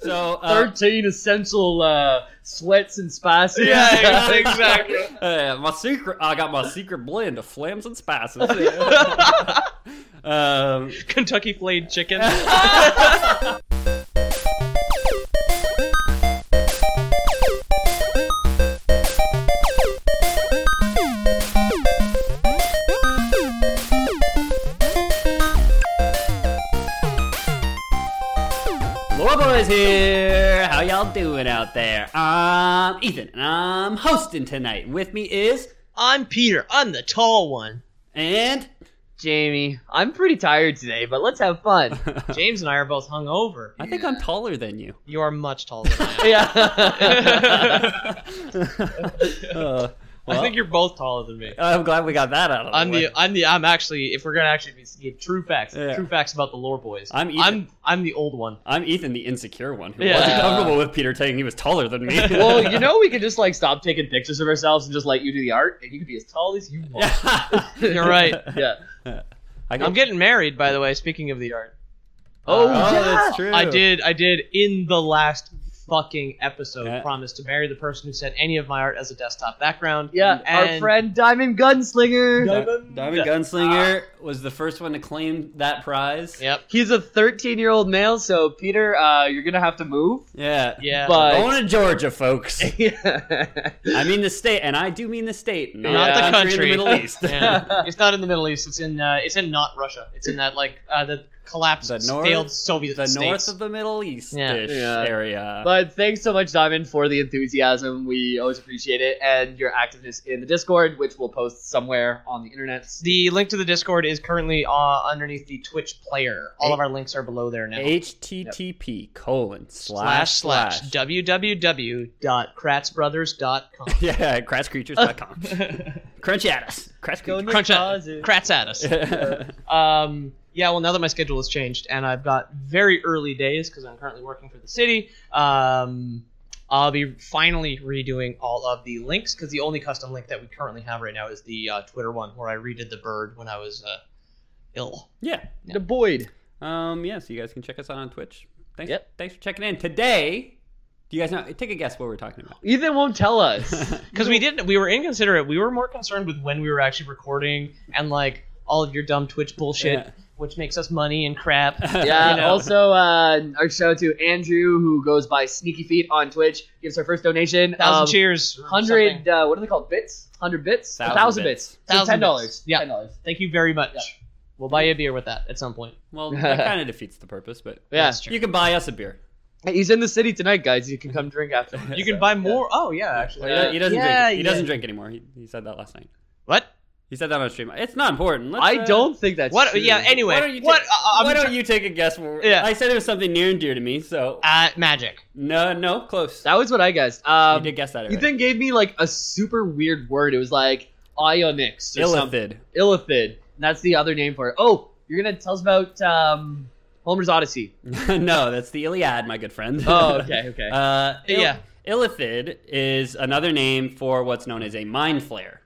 So uh, Thirteen essential uh, sweats and spices. yeah, exactly. Uh, my secret, I got my secret blend of flams and spices. um, Kentucky flayed chicken. Lower Boys here. How y'all doing out there? I'm Ethan, and I'm hosting tonight. With me is I'm Peter. I'm the tall one. and Jamie, I'm pretty tired today, but let's have fun. James and I are both hungover. I think I'm taller than you. You are much taller than I am. yeah. Uh, I well, think you're both taller than me. I'm glad we got that out of the I'm way. the I'm the I'm actually if we're gonna actually be give true facts Yeah. true facts about the lore boys I'm Ethan. I'm I'm the old one I'm Ethan, the insecure one, who Yeah. wasn't comfortable with Peter saying he was taller than me. well, you know we could just like stop taking pictures of ourselves and just let you do the art, and you could be as tall as you want. you're right Yeah. I got- I'm getting married by the way speaking of the art oh, Oh, yeah. that's true. I did I did in the last fucking episode Yeah. promise to marry the person who sent any of my art as a desktop background Yeah, and our friend Diamond Gunslinger. Di- Diamond, Ah. Gunslinger was the first one to claim that prize. yep He's a 13 year old male, so Peter, uh, you're gonna have to move. Yeah. yeah But- Going to Georgia, folks. yeah. I mean the state, and I do mean the state, not, Not the the country in the country. Middle East. Yeah. it's not in the Middle East. It's in uh, it's in not Russia. It's in that like uh, the collapsed The north- failed Soviet the states. north of the Middle East Yeah. area. But thanks so much, Diamond, for the enthusiasm. We always appreciate it, and your activeness in the Discord, which we'll post somewhere on the internet. the link to the Discord is currently uh, underneath the Twitch player. All of our links are below there now. HTTP colon slash slash slash www.kratzbrothers.com. yeah, cratscreatures.com. Crunch at us. Crats Go creatures. Nick Crunch at, Pazes. Kratz at us. Um, yeah, well, now that my schedule has changed and I've got very early days because I'm currently working for the city, um, I'll be finally redoing all of the links because the only custom link that we currently have right now is the uh, Twitter one where I redid the bird when I was uh, ill. yeah. The Boyd. Um, yeah, so you guys can check us out on Twitch. Thanks, Yep. thanks for checking in. Today, do you guys know? Take a guess what we're talking about. Ethan won't tell us. Because we didn't, we were inconsiderate. We were more concerned with when we were actually recording and like all of your dumb Twitch bullshit, Yeah. which makes us money and crap. Um, Yeah. You know. Also, uh, our shout out to Andrew, who goes by Sneaky Feet on Twitch. Gives our first donation. Thousand um, cheers. or something. Hundred. Uh, what are they called? Bits. Hundred bits. Thousand A thousand bits. bits. So Thousand Ten dollars. bits. Yeah. Ten dollars. Thank you very much. Yeah. We'll buy you a beer with that at some point. Well, that kind of defeats the purpose, but Yeah. That's true. you can buy us a beer. Hey, He's in the city tonight, guys. You can come drink after. You can buy more. Oh yeah, actually. Well, he do- he doesn't Yeah, drink. He yeah. doesn't drink anymore. He, he said that last night. What? He said that on stream. It's not important. Let's, I uh, don't think that's What? True. Yeah. Anyway, Why don't you? what? Take, I- I'm why don't tr- you take a guess? Where, Yeah. I said it was something near and dear to me. So Uh, magic. no, no, close. That was what I guessed. Um, you did guess that. Ethan Already. gave me like a super weird word. It was like ionics or something. Illithid? Illithid. And that's the other name for it. Oh, you're gonna tell us about um, Homer's Odyssey. no, that's the Iliad, my good friend. Oh, okay, okay. Uh, Ill- Yeah. Illithid is another name for what's known as a mind flayer.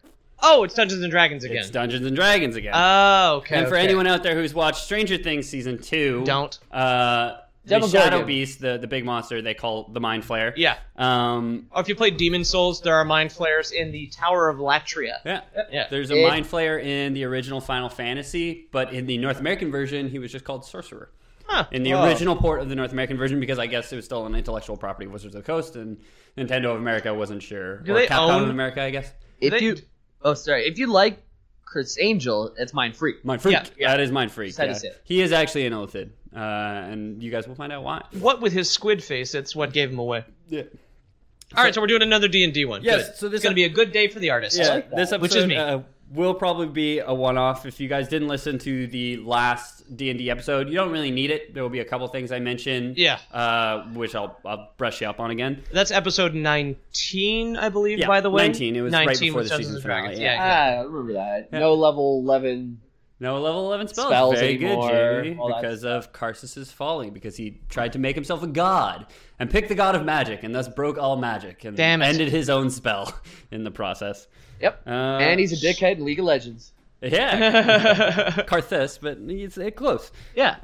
Oh, it's Dungeons and Dragons again. It's Dungeons and Dragons again. oh, okay. and for okay. anyone out there who's watched Stranger Things season two, don't. Uh, the Demogorgon. Shadow Beast, the, the big monster they call the Mind Flayer. Yeah. Um, Or if you play Demon Souls, there are mind flayers in the Tower of Latria. yeah. Yeah. There's a It- Mind Flayer in the original Final Fantasy, but in the North American version, he was just called Sorcerer. Huh. In the Oh. original port of the North American version, because I guess it was still an intellectual property of Wizards of the Coast, and Nintendo of America wasn't sure. Do or they Capcom own- of America, I guess. if They- you, oh sorry, if you like Chris Angel, it's mine free. Mind Freak. Yeah, yeah. That is Mind Freak. That yeah. is it. He is actually an Illithid, uh, and you guys will find out why. What with his squid face? That's what gave him away. Yeah. All right, so we're doing another D and D one. Yes, Good. so this- it's gonna be a good day for the artist. Yeah, this episode, Which is me. Uh, will probably be a one-off. If you guys didn't listen to the last D and D episode, you don't really need it. There will be a couple things I mentioned, Yeah. uh, which I'll, I'll brush you up on again. That's episode 19, I believe, Yeah, by the way. 19. It was right before with the Dungeons season and Dragons. finale, Yeah. Ah, I remember that. No level 11. No level eleven spells. Spells Very anymore, good, Jamie, all that because of Karsus's folly, because he tried to make himself a god and picked the god of magic, and thus broke all magic and Damn it. ended his own spell in the process. Yep. Uh, and he's a dickhead in League of Legends. yeah, yeah. Karthus, but it's it close. Yeah.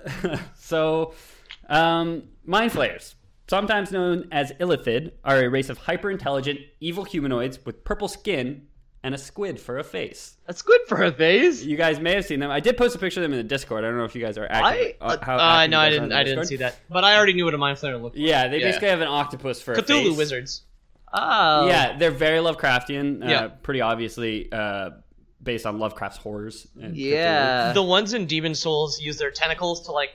Uh, so, um, mind flayers, sometimes known as illithid, are a race of hyper-intelligent, evil humanoids with purple skin and a squid for a face. That's good for a phase. You guys may have seen them. I did post a picture of them in the Discord. I don't know if you guys are active. I- uh, how uh, active no, you I guys are on didn't. the I didn't Discord. see that. But I already knew what a mind flayer looked like. Yeah, they Yeah. basically have an octopus for a Cthulhu face. wizards. Oh. Yeah, they're very Lovecraftian. Uh, Yeah. pretty obviously uh, based on Lovecraft's horrors. and Cthulhu. Uh. Yeah. the ones in Demon Souls use their tentacles to like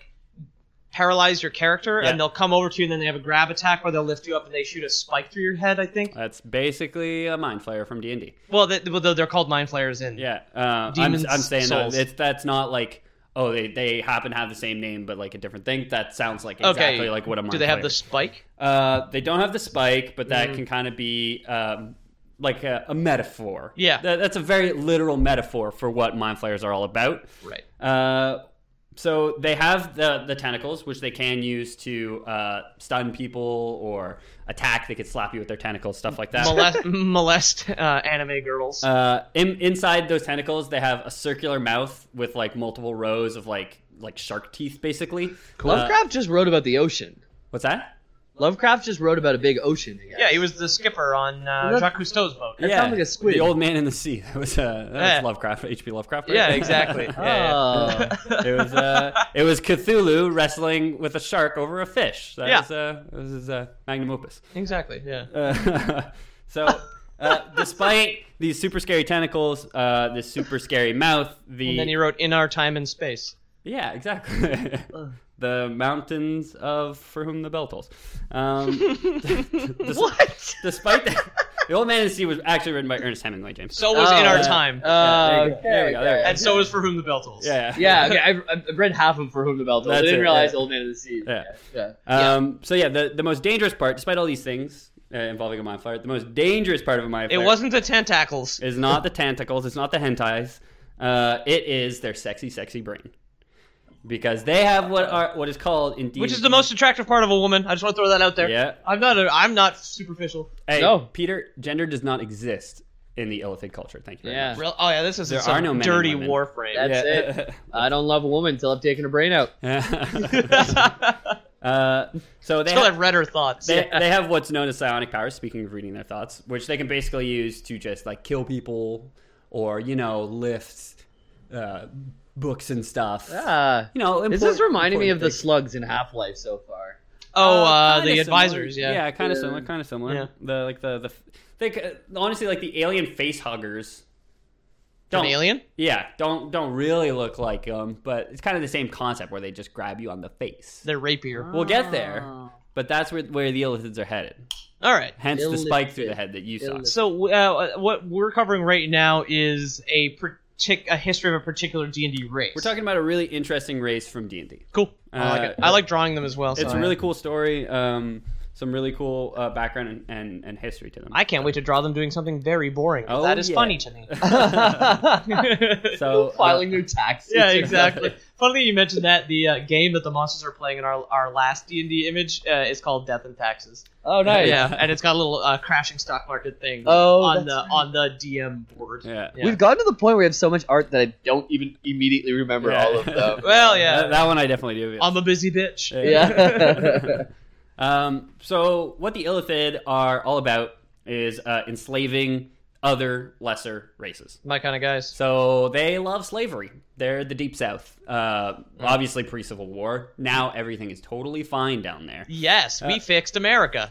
paralyze your character, Yeah. and they'll come over to you, and then they have a grab attack where they'll lift you up and they shoot a spike through your head. I think. That's basically a mind flayer from D and D. Well, they, well, they're called mind flayers in. Yeah, uh, I'm, Demon's I'm saying though, Souls. it's that's not like oh they they happen to have the same name but like a different thing. That sounds like Okay. exactly like what a mind. Do they have flayer the spike? Uh, they don't have the spike, but that Mm. can kind of be um, like a, a metaphor. Yeah. That- that's a very literal metaphor for what mind flayers are all about. Right. Uh, so they have the the tentacles, which they can use to uh, stun people or attack. They could slap you with their tentacles, stuff like that. Molest, molest uh, anime girls. Uh, in, inside those tentacles, they have a circular mouth with like multiple rows of like like shark teeth, basically. Uh, Lovecraft just wrote about the ocean. what's that? Lovecraft just wrote about a big ocean. I guess. yeah, he was the skipper on uh, Look- Jacques Cousteau's boat. That sounds like a squid. The old man in the sea. That was uh, that Yeah. was Lovecraft, H.P. Lovecraft. right? Yeah, exactly. Yeah, Oh. it was uh, it was Cthulhu wrestling with a shark over a fish. That Yeah. was, uh, that was his uh, magnum opus. yeah. exactly. Yeah. Uh, so, uh, despite these super scary tentacles, uh, this super scary mouth, And then he the wrote "In Our Time and Space." yeah, exactly, the mountains of for whom the bell tolls. Um, des- What? Despite that, the old man in the sea was actually written by Ernest Hemingway, James. So was "In Our Oh, Time," Yeah, Uh, there you go, there you go, there you go. and so was "For Whom the Bell Tolls." yeah, yeah, okay. I, I read half of For Whom the Bell Tolls. I That's didn't it, realize yeah. Old Man of the Sea. Yeah. yeah. Uh, Um, So yeah, the, the most dangerous part, despite all these things uh, involving a mind flayer, the most dangerous part of a mind It flayer wasn't the tentacles. is not the tentacles, it's not the hentais, uh, it is their sexy, sexy brain, because they have what are what is called in D- which is the most attractive part of a woman. I just want to throw that out there. Yeah. I'm not. A, I'm not superficial. Hey, No. Peter, gender does not exist in the illithid culture. Thank you. Very Yeah. much. Real, oh yeah, this is There some are no men and dirty women. warframe. That's I don't love a woman until I've taken her brain out. it. Still, uh, so they have- I've read her thoughts. They, they have what's known as psionic powers, speaking of reading their thoughts, which they can basically use to just like kill people or, you know, lift uh, books and stuff. Ah. You know, This import- is reminding me of the important things. slugs in Half Life so far. Oh, uh, kinda the similar. advisors. Yeah. Yeah, kind of Yeah. similar, kind of similar. Yeah. The like the the they, c- honestly like the alien face huggers. From Alien. Yeah, don't don't really look like them, but it's kind of the same concept where they just grab you on the face. They're rapier. We'll get there, Oh. but that's where where the illithids are headed. All right. Hence the Illithid. spike through the head that you saw. Illithid. So uh, what we're covering right now is a partic- a history of a particular D and D race. We're talking about a really interesting race from D and D. cool. I like it. Uh, I like drawing them as well. It's so a really cool story. Um, some really cool uh, background and, and, and history to them. I can't wait to draw them doing something very boring. but Oh, that is yeah. funny to me. so uh, Filing their taxes. yeah, exactly. Funny that you mentioned that the uh, game that the monsters are playing in our our last D and D image uh, is called Death and Taxes. Oh, nice. Yeah, and it's got a little uh, crashing stock market thing Oh, on that's the right. on the DM board. uh, yeah. Yeah. We've gotten to the point where we have so much art that I don't even immediately remember Yeah. all of them. Well, yeah, That, that one I definitely do. I'm a busy bitch. yeah. Um, so what the Illithid are all about is uh, enslaving other lesser races. My kind of guys. So they love slavery. They're the Deep South. Uh, Obviously pre Civil War. Now everything is totally fine down there. Yes, we fixed America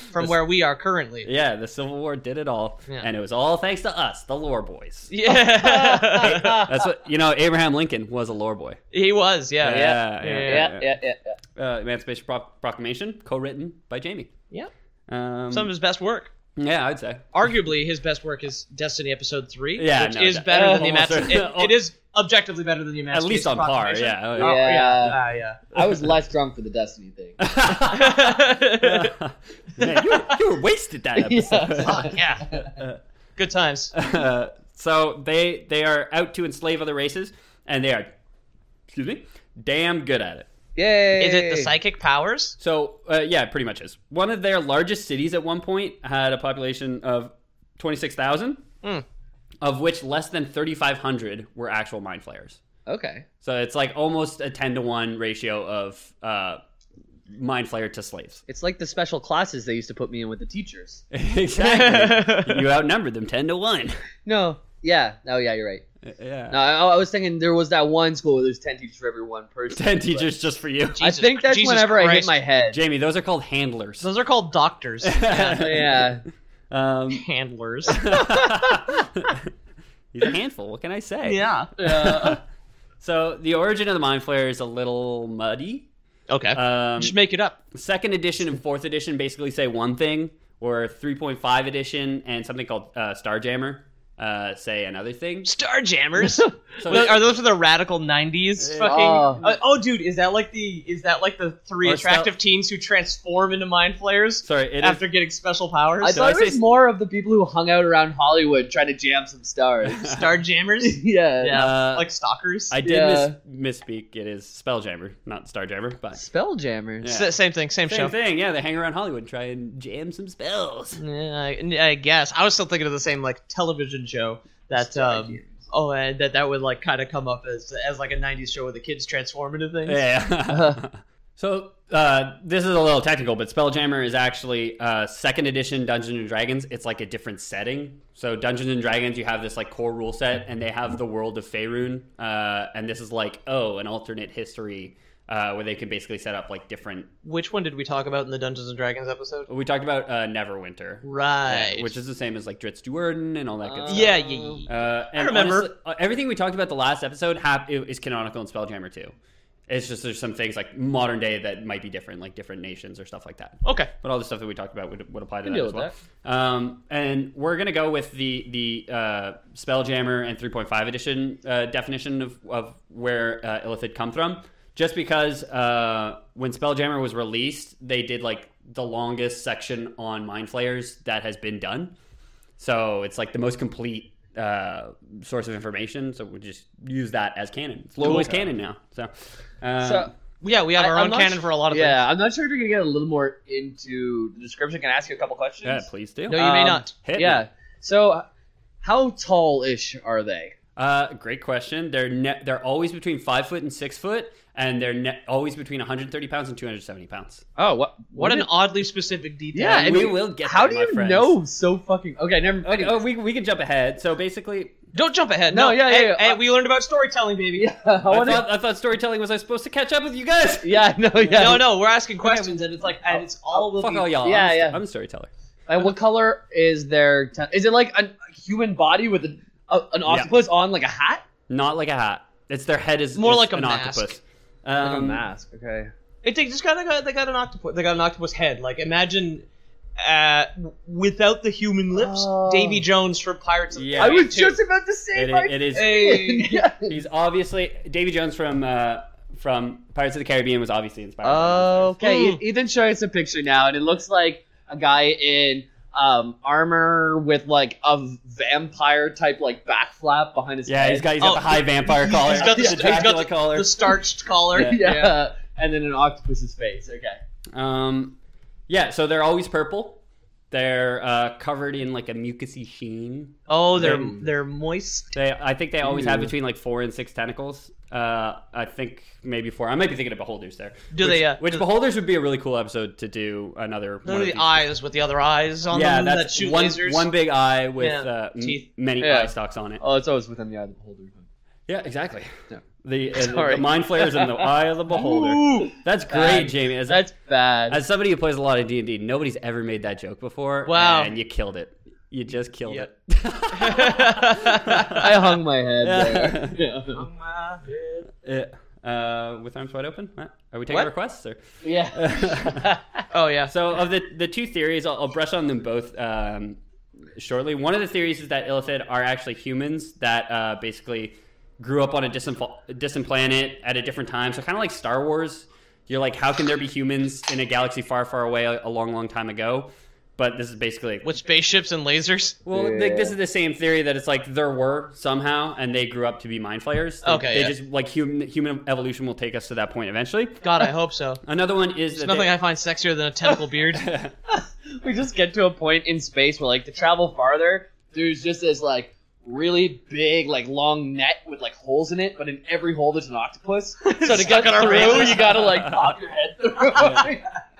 from where we are currently. Yeah, the Civil War did it all, Yeah. and it was all thanks to us, the lore boys. Yeah, That's what you know. Abraham Lincoln was a lore boy. he was. Yeah, Yeah, yeah, yeah, yeah, yeah. Uh, Emancipation Pro- Proclamation, co-written by Jamie. yeah. Um, Some of his best work. Yeah, I'd say. Arguably, his best work is Destiny Episode Three, Yeah, which no, is that- better than the almost Emascul- certain- it, it is objectively better than the Emascul- At least on par, Proclamation. yeah. Oh, Yeah. yeah, yeah. I was less drunk for the Destiny thing. Ah, yeah. Man, you, were- you were wasted that episode. Fuck, yeah. Good times. Uh, so they they are out to enslave other races, and they are, excuse me, damn good at it. Yay! Is it the psychic powers? So uh, yeah, it pretty much is. One of their largest cities at one point had a population of twenty six thousand, Hmm. of which less than thirty five hundred were actual mind flayers. Okay. So it's like almost a ten to one ratio of uh, mind flayer to slaves. It's like the special classes they used to put me in with the teachers. exactly, you outnumbered them ten to one. No. Yeah. Oh, yeah. You're right. Yeah, No, I, I was thinking there was that one school where there's ten teachers for every one person. ten but- teachers just for you. I Jesus- think that's Jesus whenever I hit Christ. my head. Jamie, those are called handlers. Those are called doctors, yeah. Um, handlers. he's a handful. What can I say? yeah. So the origin of the mind flayer is a little muddy. Okay. Um, Just make it up. second edition and fourth edition basically say one thing, or 3.5 edition and something called uh, Starjammer uh, say another thing. Starjammers. So Those- are those for the radical '90s? fucking. Oh. Uh, oh, dude, is that like the is that like the three Or attractive teens who transform into mind flayers Sorry, it is after getting special powers? I So thought I it was say- more of the people who hung out around Hollywood trying to jam some stars. Starjammers. yeah. Yeah, Uh, like stalkers. I did Yeah. mis- misspeak. It is Spelljammer, not Starjammer. But Spelljammers. Yeah. S- same thing, same, same show. thing. Yeah, they hang around Hollywood, and try and jam some spells. Yeah, I, I guess I was still thinking of the same like television show that um, oh and that that would like kind of come up as as like a '90s show with the kids transform into things. Yeah. so uh, this is a little technical, but Spelljammer is actually uh, second edition Dungeons and Dragons. It's like a different setting. So Dungeons and Dragons, you have this like core rule set, and they have the world of Faerun, uh, and this is like oh, an alternate history uh, where they can basically set up like different. Which one did we talk about in the Dungeons and Dragons episode? We talked about uh, Neverwinter, Right. Which is the same as like Dritz Duerden and all that good Uh, stuff. yeah, yeah, yeah, yeah. Uh, and remember. honestly, uh, everything we talked about the last episode hap- is canonical in Spelljammer too. It's just there's some things like modern day that might be different, like different nations or stuff like that. Okay. But all the stuff that we talked about would, would apply to Can that deal as well. with Um, and we're gonna go with the the uh, Spelljammer and 3.5 edition uh, definition of, of where uh, Illithid come from, just because uh, when Spelljammer was released, they did like the longest section on mind flayers that has been done. So it's like the most complete uh, source of information. So we just use that as canon. It's Lord Boy's canon now. So, uh, So Yeah, we have I- our I'm own not canon su- for a lot of yeah, I'm not sure if you're gonna get a little more into the description. Can I ask you a couple questions? yeah, please do. things. No, you may Um, not. Hit me. Yeah. So, how tall ish are they? Uh, great question. They're ne- they're always between five foot and six foot, and they're ne- always between 130 pounds and 270 pounds. Oh, what? What an oddly specific detail. Yeah, and we we- will get. How there, do my you friends. know so fucking? Okay, never. Okay, oh, we we can jump ahead. So basically, Don't jump ahead. No, No, yeah, yeah, Hey, yeah. uh, hey, we learned about storytelling, baby. Yeah, I oh, I, wanna- thought, I thought storytelling was I supposed to catch up with you guys. yeah, no, yeah. Oh, No, no, we're asking questions, and it's like, and it's all will Fuck be. all y'all. Yeah, I'm, a- yeah. I'm a storyteller. And Uh, what color is their? T- is it like a, a human body with a, a, an octopus on, like a hat? Not like a hat. It's their head is More is like a an mask. octopus. Um, mask. Okay. It they just kind of got they got an octopus. They got an octopus head. Like imagine, uh, w- without the human lips, Oh. Davy Jones from Pirates of the Yeah. I Caribbean was too. just about to say It- my. it is- Hey. He's obviously Davy Jones from uh, from Pirates of the Caribbean was obviously inspired. by Oh, okay. Hmm. E- Ethan showed us a picture now, and it looks like a guy in um, armor with like a vampire type like back flap behind his Yeah, head. he's got he's got Oh, the high vampire collar, He's got the, the, he's Dracula got the, collar. the starched collar. Yeah. yeah. and then an octopus's face. Okay. Um, yeah, so they're always purple. They're uh, covered in like a mucousy sheen. Oh, they're Mm. they're moist. They, I think they always have Ew. between like four and six tentacles. Uh, I think maybe four. I might be thinking of beholders there. Do which, they, uh, which do- beholders would be a really cool episode to do another. Those one are of the these. eyes with the other eyes on Yeah, them that that's shoot one lasers. one big eye with Yeah, uh, m- teeth. many Yeah. eye stalks on it. Oh, it's always within the eye of the beholder. Yeah, exactly. Yeah. The, uh, the Sorry. mind flares in the eye of the beholder. Ooh, That's great, Bad. Jamie. As, that's bad. as somebody who plays a lot of D and D, nobody's ever made that joke before. Wow. and you killed it. You just killed Yeah. it. I hung my head Yeah. there. Yeah. uh, with arms wide open. What? Are we taking What? requests or? Yeah. oh yeah. So of the the two theories, I'll, I'll brush on them both um, shortly. One of the theories is that illithid are actually humans that uh, basically grew up on a distant fl- distant planet at a different time. So kind of like Star Wars, you're like, how can there be humans in a galaxy far, far away a, a long, long time ago? But this is basically With spaceships and lasers. well, like, this is the same theory that it's like there were somehow, and they grew up to be mind flayers. They- Okay, they yeah. just like human human evolution will take us to that point eventually. God, I hope so. Another one is There's that nothing they- I find sexier than a tentacle beard. we just get to a point in space where like to travel farther, there's just this like really big like long net with like holes in it, but in every hole there's an octopus. So to Stuck get on our through, raises. you gotta like pop your head through.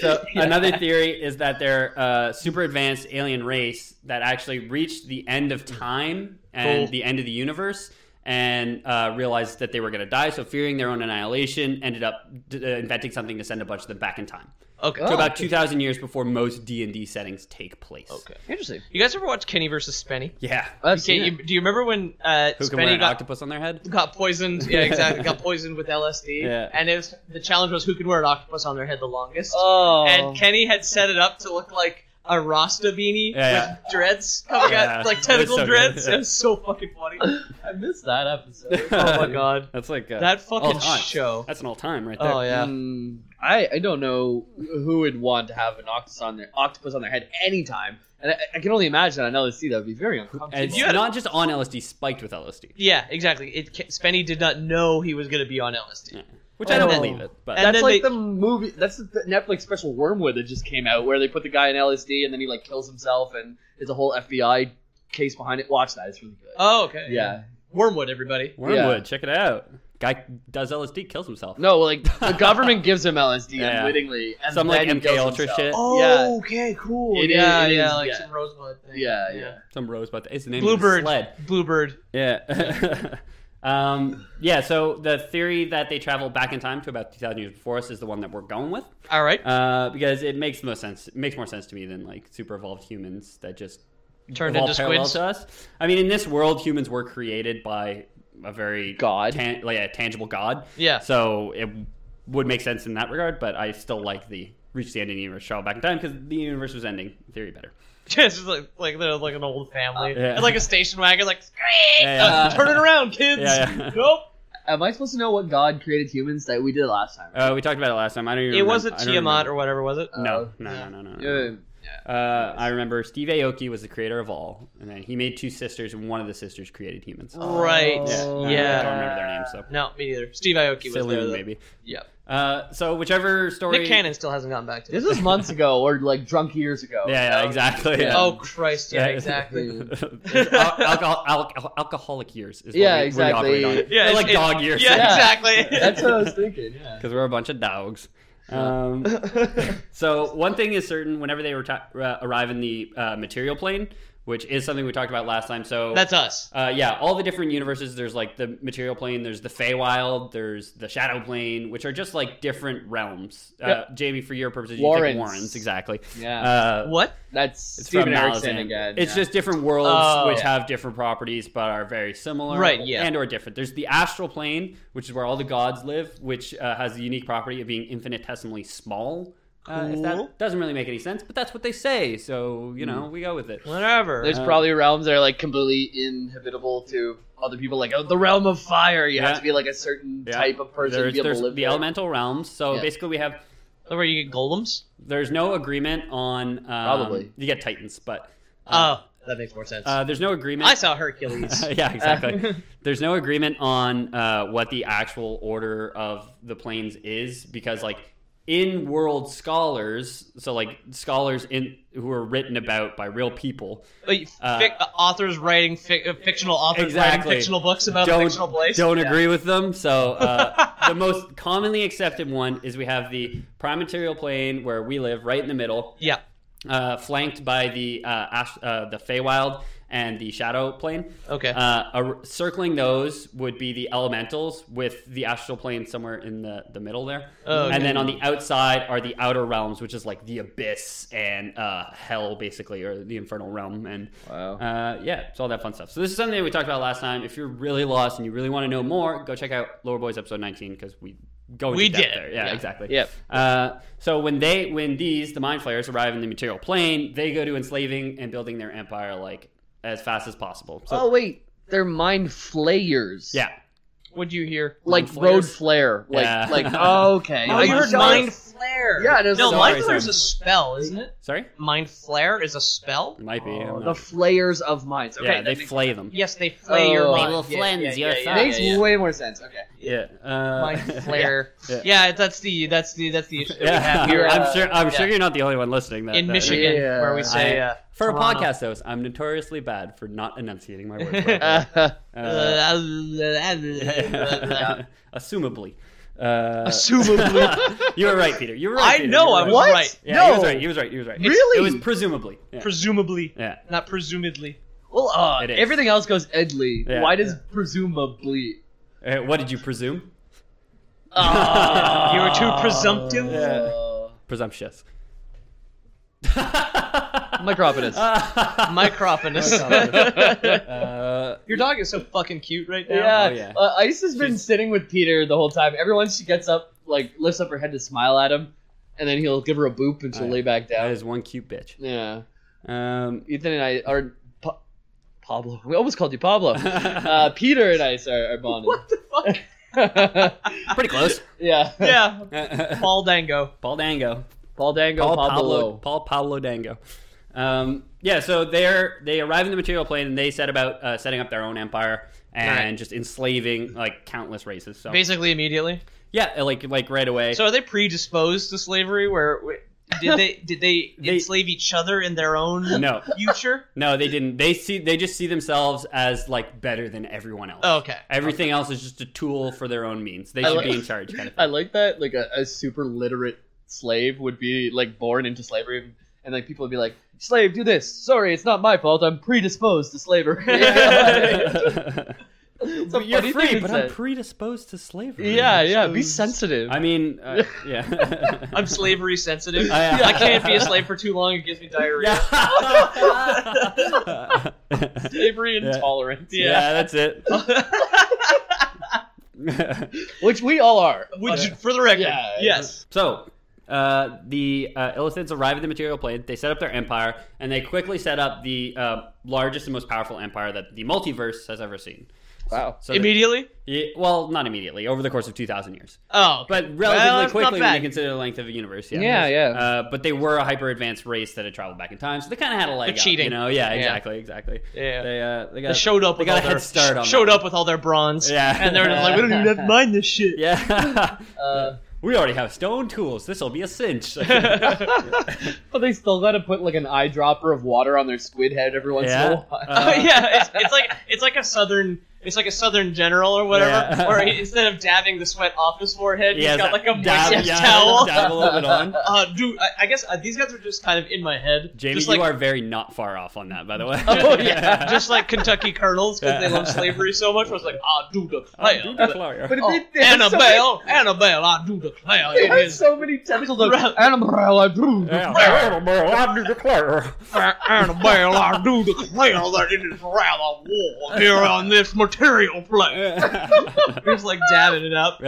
So another theory is that they're uh, super advanced alien race that actually reached the end of time and Cool. the end of the universe and uh, realized that they were going to die. So fearing their own annihilation, ended up d- uh, inventing something to send a bunch of them back in time. Oh, Okay. So about two thousand years before most D and D settings take place. Okay. Oh, Interesting. You guys ever watch Kenny versus Spenny? Yeah. Okay, you, do you remember when uh, Who can wear Spenny an got, octopus on their head? got poisoned? Yeah, exactly. got poisoned with LSD. Yeah. And it was, the challenge was who could wear an octopus on their head the longest. Oh. And Kenny had set it up to look like a Rasta beanie Yeah, with dreads coming Yeah. out, like That was tentacle so good. dreads. It was so fucking funny. Oh I missed that episode. my god. That's like uh, That Oh, fucking all time. show. That's an all time right there. Oh yeah. Mm, I, I don't know who would want to have an octopus on their octopus on their head anytime, and I, I can only imagine on LSD that would be very uncomfortable. And it's You had- not just on LSD, spiked with LSD, Yeah, exactly. It, Ke- Spenny did not know he was going to be on LSD. which I don't Oh. believe it. But And that's then like they- the movie. That's the Netflix special Wormwood that just came out, where they put the guy in LSD and then he like kills himself, and there's a whole FBI case behind it. Watch that; it's really good. Oh, okay. yeah. Wormwood, everybody. Wormwood, check it out. Guy does LSD, kills himself. No, like the government gives him LSD Yeah. unwittingly, and Some, then like, he kills MK Ultra himself. shit. Oh, Yeah. okay, cool. It yeah, is- it yeah, is, like yeah. some rosebud thing. Yeah, yeah. Some rosebud. It's the name Bluebird. of the sled. Bluebird. Yeah. um, yeah, so the theory that they travel back in time to about 2,000 years before us is the one that we're going with All right. uh, because it makes the most sense. It makes more sense to me than like super evolved humans that just Turned evolved into parallel squids. to us. I mean, in this world, humans were created by a very God. tan- like a tangible god. Yeah. So it would make sense in that regard, but I still like the reach the end of the universe, travel back in time because the universe was ending theory better. Yeah, it's just like like they're like an old family. Uh, yeah. It's like a station wagon, like Yeah, "Uh, turn it around, kids. Yeah, yeah. Nope. Am I supposed to know what God created humans that we did last time? Uh, we talked about it last time. I don't even. It wasn't remember- I don't Tiamat remember. or whatever, was it? No, no, Yeah. no, no, no. no. Uh, Uh, I remember Steve Aoki was the creator of all, and then he made two sisters, and one of the sisters created humans. Right. Oh, Yeah. Yeah. I don't remember their names, so No, me neither. Steve Aoki was there. Saloon, though. maybe. Yeah. Uh, so whichever story. Nick Cannon still hasn't gotten back to This it. was months ago, or like drunk years ago. Yeah, yeah Um, exactly. yeah. Oh Christ! Yeah, exactly. Al- alcohol, al- alcoholic years is Yeah, what we, exactly. we operate on. Yeah, They're it's- like it's- dog years. Yeah, Yeah. exactly. That's what I was thinking. Yeah. because we're a bunch of dogs. Um, so one thing is certain: whenever they reti- uh, arrive in the uh, material plane, which is something we talked about last time. So That's us. uh, yeah, all the different universes. There's like the material plane. There's the Feywild. There's the Shadow plane, which are just like different realms. Uh, Jamie, for your purposes, you think Warrens. Warrens exactly. Yeah. Uh, What? That's it's Steven from Erickson Malazan. again. It's yeah. just different worlds Oh. which have different properties but are very similar, Right, yeah. and or different. There's the astral plane, which is where all the gods live, which uh, has the unique property of being infinitesimally small. Uh, if Cool. Hmm. that doesn't really make any sense, but that's what they say, so you know we go with it. Whatever. There's Uh-huh. probably realms that are like completely inhabitable to other people, like oh, the realm of fire. You Yeah. have to be like a certain Yeah. type of person There's, to be there's able to the live there. elemental realms. So Yeah. basically, we have where you get golems. there's no agreement on um, Probably. you get titans, but Oh, that makes more sense. uh, there's no agreement. I saw Hercules. yeah, exactly. There's no agreement on uh, what the actual order of the planes is because, like, in world scholars, so like scholars in who are written about by real people, Wait, Uh, fic- uh, authors writing fic- uh, fictional authors writing Exactly. fictional books about a fictional don't place. don't agree with them. So uh, the most commonly accepted one is we have the prime material plane where we live, right in the middle. Yeah. uh, flanked by the uh, Ash- uh, the Feywild, and the shadow plane. Okay. Uh, ar- circling those would be the elementals with the astral plane somewhere in the, the middle there. Oh, okay. And then on the outside are the outer realms, which is like the abyss and uh, hell, basically, or the infernal realm. And Wow. uh, yeah, it's all that fun stuff. So this is something that we talked about last time. If you're really lost and you really want to know more, go check out Lower Boys episode 19 because we go into We depth did it. there. Yeah, Yeah. exactly. Yep. Uh, so when they when these the mind flayers arrive in the material plane, they go to enslaving and building their empire like as fast as possible. So oh wait, they're mind flayers. yeah, What'd you hear? like Mind road flayers? flare. Like Yeah. like oh, okay. Oh, Like, you heard so- mind flare. Yeah, it is. No, Sorry, mind flare is sorry. a spell, isn't it? sorry, Mind flare is a spell. it might be. I Oh, don't know. the flayers of minds. Okay, yeah, that they makes- flay them. Yes, they flay your Oh. mind. They will Yeah, cleanse yeah, your yeah, yeah, thoughts. yeah, makes yeah. way more sense. Okay. Yeah, uh, Mind flare. Yeah. yeah. that's the that's the that's the issue. that we Yeah, have here, I'm uh, sure. I'm yeah. sure you're not the only one listening. That, in that- Michigan, Yeah. where we say I- uh, For Toronto. a podcast, host, I'm notoriously bad for not enunciating my words. Uh, I assumably. Uh, Assumably. you were right, Peter. You were right. Peter. know You were I was right. What? right. Yeah, No. he was right. He was right. He was right. Really? It was presumably. Yeah. Presumably, yeah. not presumedly. Well, uh, It is. everything else goes Edley. Yeah. Why does presumably? Uh, what did you presume? Ah. You were too presumptive. Uh, Presumptuous. Micropetus. Microphonus. Uh, Your dog is so fucking cute right now. Oh, Yeah, yeah. Uh, Ice has been sitting with Peter the whole time. Every once she gets up, like lifts up her head to smile at him, and then he'll give her a boop and she'll Oh, yeah. lay back that down. is one cute bitch. yeah, Um, Ethan and I are pa- Pablo. We almost called you Pablo. uh, Peter and I are, are bonded. What the fuck? pretty close. yeah, Paul yeah. Paul Dango. Dango. Paul Dango, Paul Pablo. Pablo, Paul Pablo Dango. Um, yeah, so they're they arrive in the material plane and they set about uh, setting up their own empire and Right. just enslaving like countless races. So Basically, immediately. yeah, like like right away. So, are they predisposed to slavery? Where where- did they did they, They- enslave each other in their own no, future? no, they didn't. They see they just see themselves as like better than everyone else. Oh, Okay. Everything else is just a tool for their own means. They I should like- be in charge. Kind of I thing. like that. Like a, a super literate slave would be like born into slavery, and like people would be like, "Slave, do this. Sorry, it's not my fault. I'm predisposed to slavery." It's a But you're funny free, thing to but I'm say. predisposed to slavery. Yeah, yeah. Be Predisposed. sensitive. I mean, uh, yeah. I'm slavery sensitive. I am. I can't be a slave for too long. It gives me diarrhea. yeah. slavery Yeah. intolerance. yeah, that's it. Which we all are. Which, for the record, Yeah. yes. so, uh, the uh, Illithids arrive at the material plane. They set up their empire, and they quickly set up the uh, largest and most powerful empire that the multiverse has ever seen. Wow. So, Immediately? yeah, well, not immediately, over the course of two thousand years, Oh. okay. but Well, relatively that's quickly not when you bad. consider the length of a universe. Yeah, Yeah, yeah. Uh, but they were a hyper advanced race that had traveled back in time, so they kind of had a leg They're up, cheating. You know, yeah, Yeah. exactly, exactly. Yeah. They, uh, they got They showed up. They with got all a their, head start on Showed that. up with all their bronze. Yeah. And they're like, we don't even have to mind this shit. Yeah. Uh, we already have stone tools. This will be a cinch. but they still gotta put like an eyedropper of water on their squid head every once in Yeah. a while. Uh, yeah, it's, it's like it's like a southern. It's like a southern general or whatever, Yeah. where he, instead of dabbing the sweat off his forehead, Yeah, he's got that- like a dab- moist yeah, towel. Dab a little bit on. Uh, dude, I, I guess uh, these guys are just kind of in my head. Jamie, just like, you are very not far off on that, by the way. Oh, yeah. just like Kentucky colonels because they love slavery so much. I was like, I do Ah, declare, But oh, if they, they have so many- Annabelle, Annabelle, I do declare, They it have is. so many tentacles. Like, Right. Annabelle, I do. Annabelle, I do declare that it is rather warm here on this material plane. He's like dabbing it up.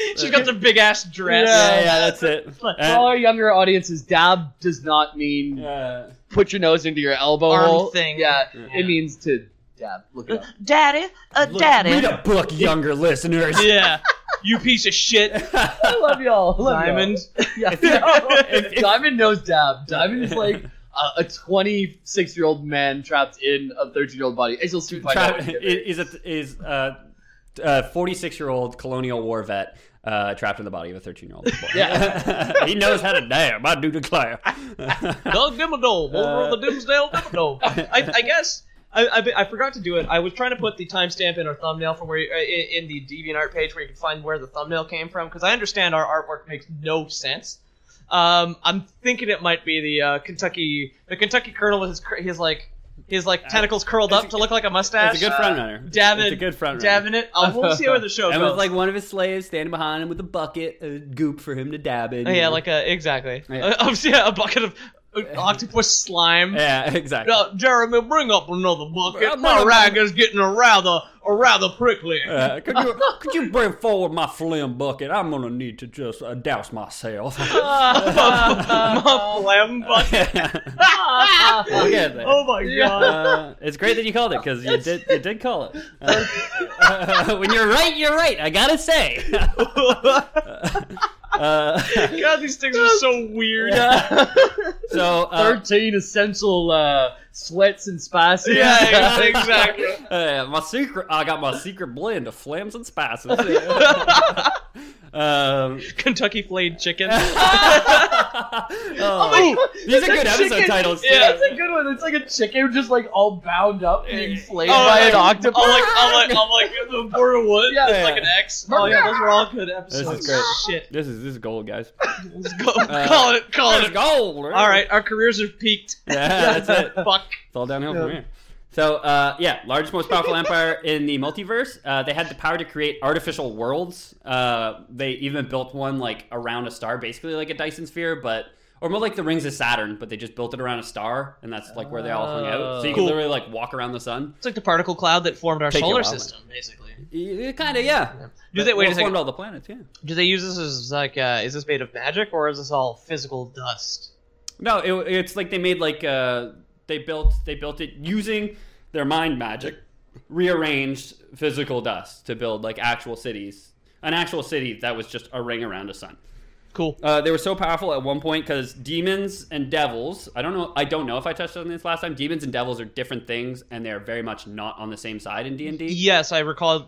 She's got the big ass dress. Yeah, yeah, that's it. Uh, For all our younger audiences, dab does not mean And- put your nose into your elbow Arm hole. thing. Yeah, Yeah. it means to dab. Look it up. Daddy, a Look, Read a book, younger listeners. Yeah, you piece of shit, I love y'all. I love y'all. Diamond. Yeah. Diamond knows dab. Diamond is like a- a 26 year old man trapped in a 13 year old body. As you'll soon find out. Tra- when you get there. is a is uh, a 46 year old colonial war vet uh, trapped in the body of a 13 year old boy. Yeah. he knows how to damn. I do declare. Doug Dimmadome, over on the Dimsdale Dimmadome. I, I guess I, I, be- I forgot to do it. I was trying to put the timestamp in our thumbnail from where you, uh, in, in the DeviantArt page where you can find where the thumbnail came from because I understand our artwork makes no sense. Um, I'm thinking it might be the uh, Kentucky the Kentucky Colonel with his cr- his like His like tentacles curled up to look like a mustache. It's a good front runner. uh, Davin, It's a good front runner. dabbing it. Uh, we'll see where the show And goes. with like one of his slaves standing behind him with a bucket of goop for him to dab in. Oh, yeah, like a exactly. Yeah. Uh, yeah, a bucket of uh, octopus slime. yeah, exactly. Uh, Jeremy, bring up another bucket. I'm My not- rag is getting a rather, a rather prickly. Uh, could you could you bring forward my phlegm bucket? I'm gonna need to just uh, douse myself. My phlegm bucket. Look at that. Oh my god. Uh, it's great that you called it because you did you did call it. Uh, when you're right, you're right. I gotta say. Uh, God, these things are so weird. so uh, Thirteen essential uh, sweats and spices. Yeah, ex- exactly. uh, my secret. I got my secret blend of flams and spices. um, Kentucky flayed chicken. oh, these are good episode titles. too. Yeah, it's a good one. It's like a chicken just like all bound up, being flayed Oh, by like, an octopus. I'm like, I'm like, I'm like, the border wood. Yeah. It's like an X. Oh yeah, those were all good is episodes. great. Uh, Shit. This is this is gold, guys. Let's go. call it. Call This it. is gold. All right, our careers have peaked. Yeah, that's it. Fuck. It's all downhill from here. So, uh, yeah, largest, most powerful empire in the multiverse. Uh, they had the power to create artificial worlds. Uh, they even built one like around a star, basically like a Dyson sphere, but or more like the rings of Saturn. But they just built it around a star, and that's like where they all hung out. So you Cool. can literally like walk around the sun. It's like the particle cloud that formed our Take your solar wallet. system, basically. Kind of, yeah. Do they- wait Well, a second. Formed all the planets, yeah. Do they use this as like, uh, is this made of magic or is this all physical dust? No, it, it's like they made like uh, they built they built it using their mind magic, rearranged physical dust to build like actual cities, an actual city that was just a ring around a sun. Cool. Uh, they were so powerful at one point because demons and devils. I don't know. I don't know if I touched on this last time. Demons and devils are different things, and they are very much not on the same side in D and D. Yes, I recall.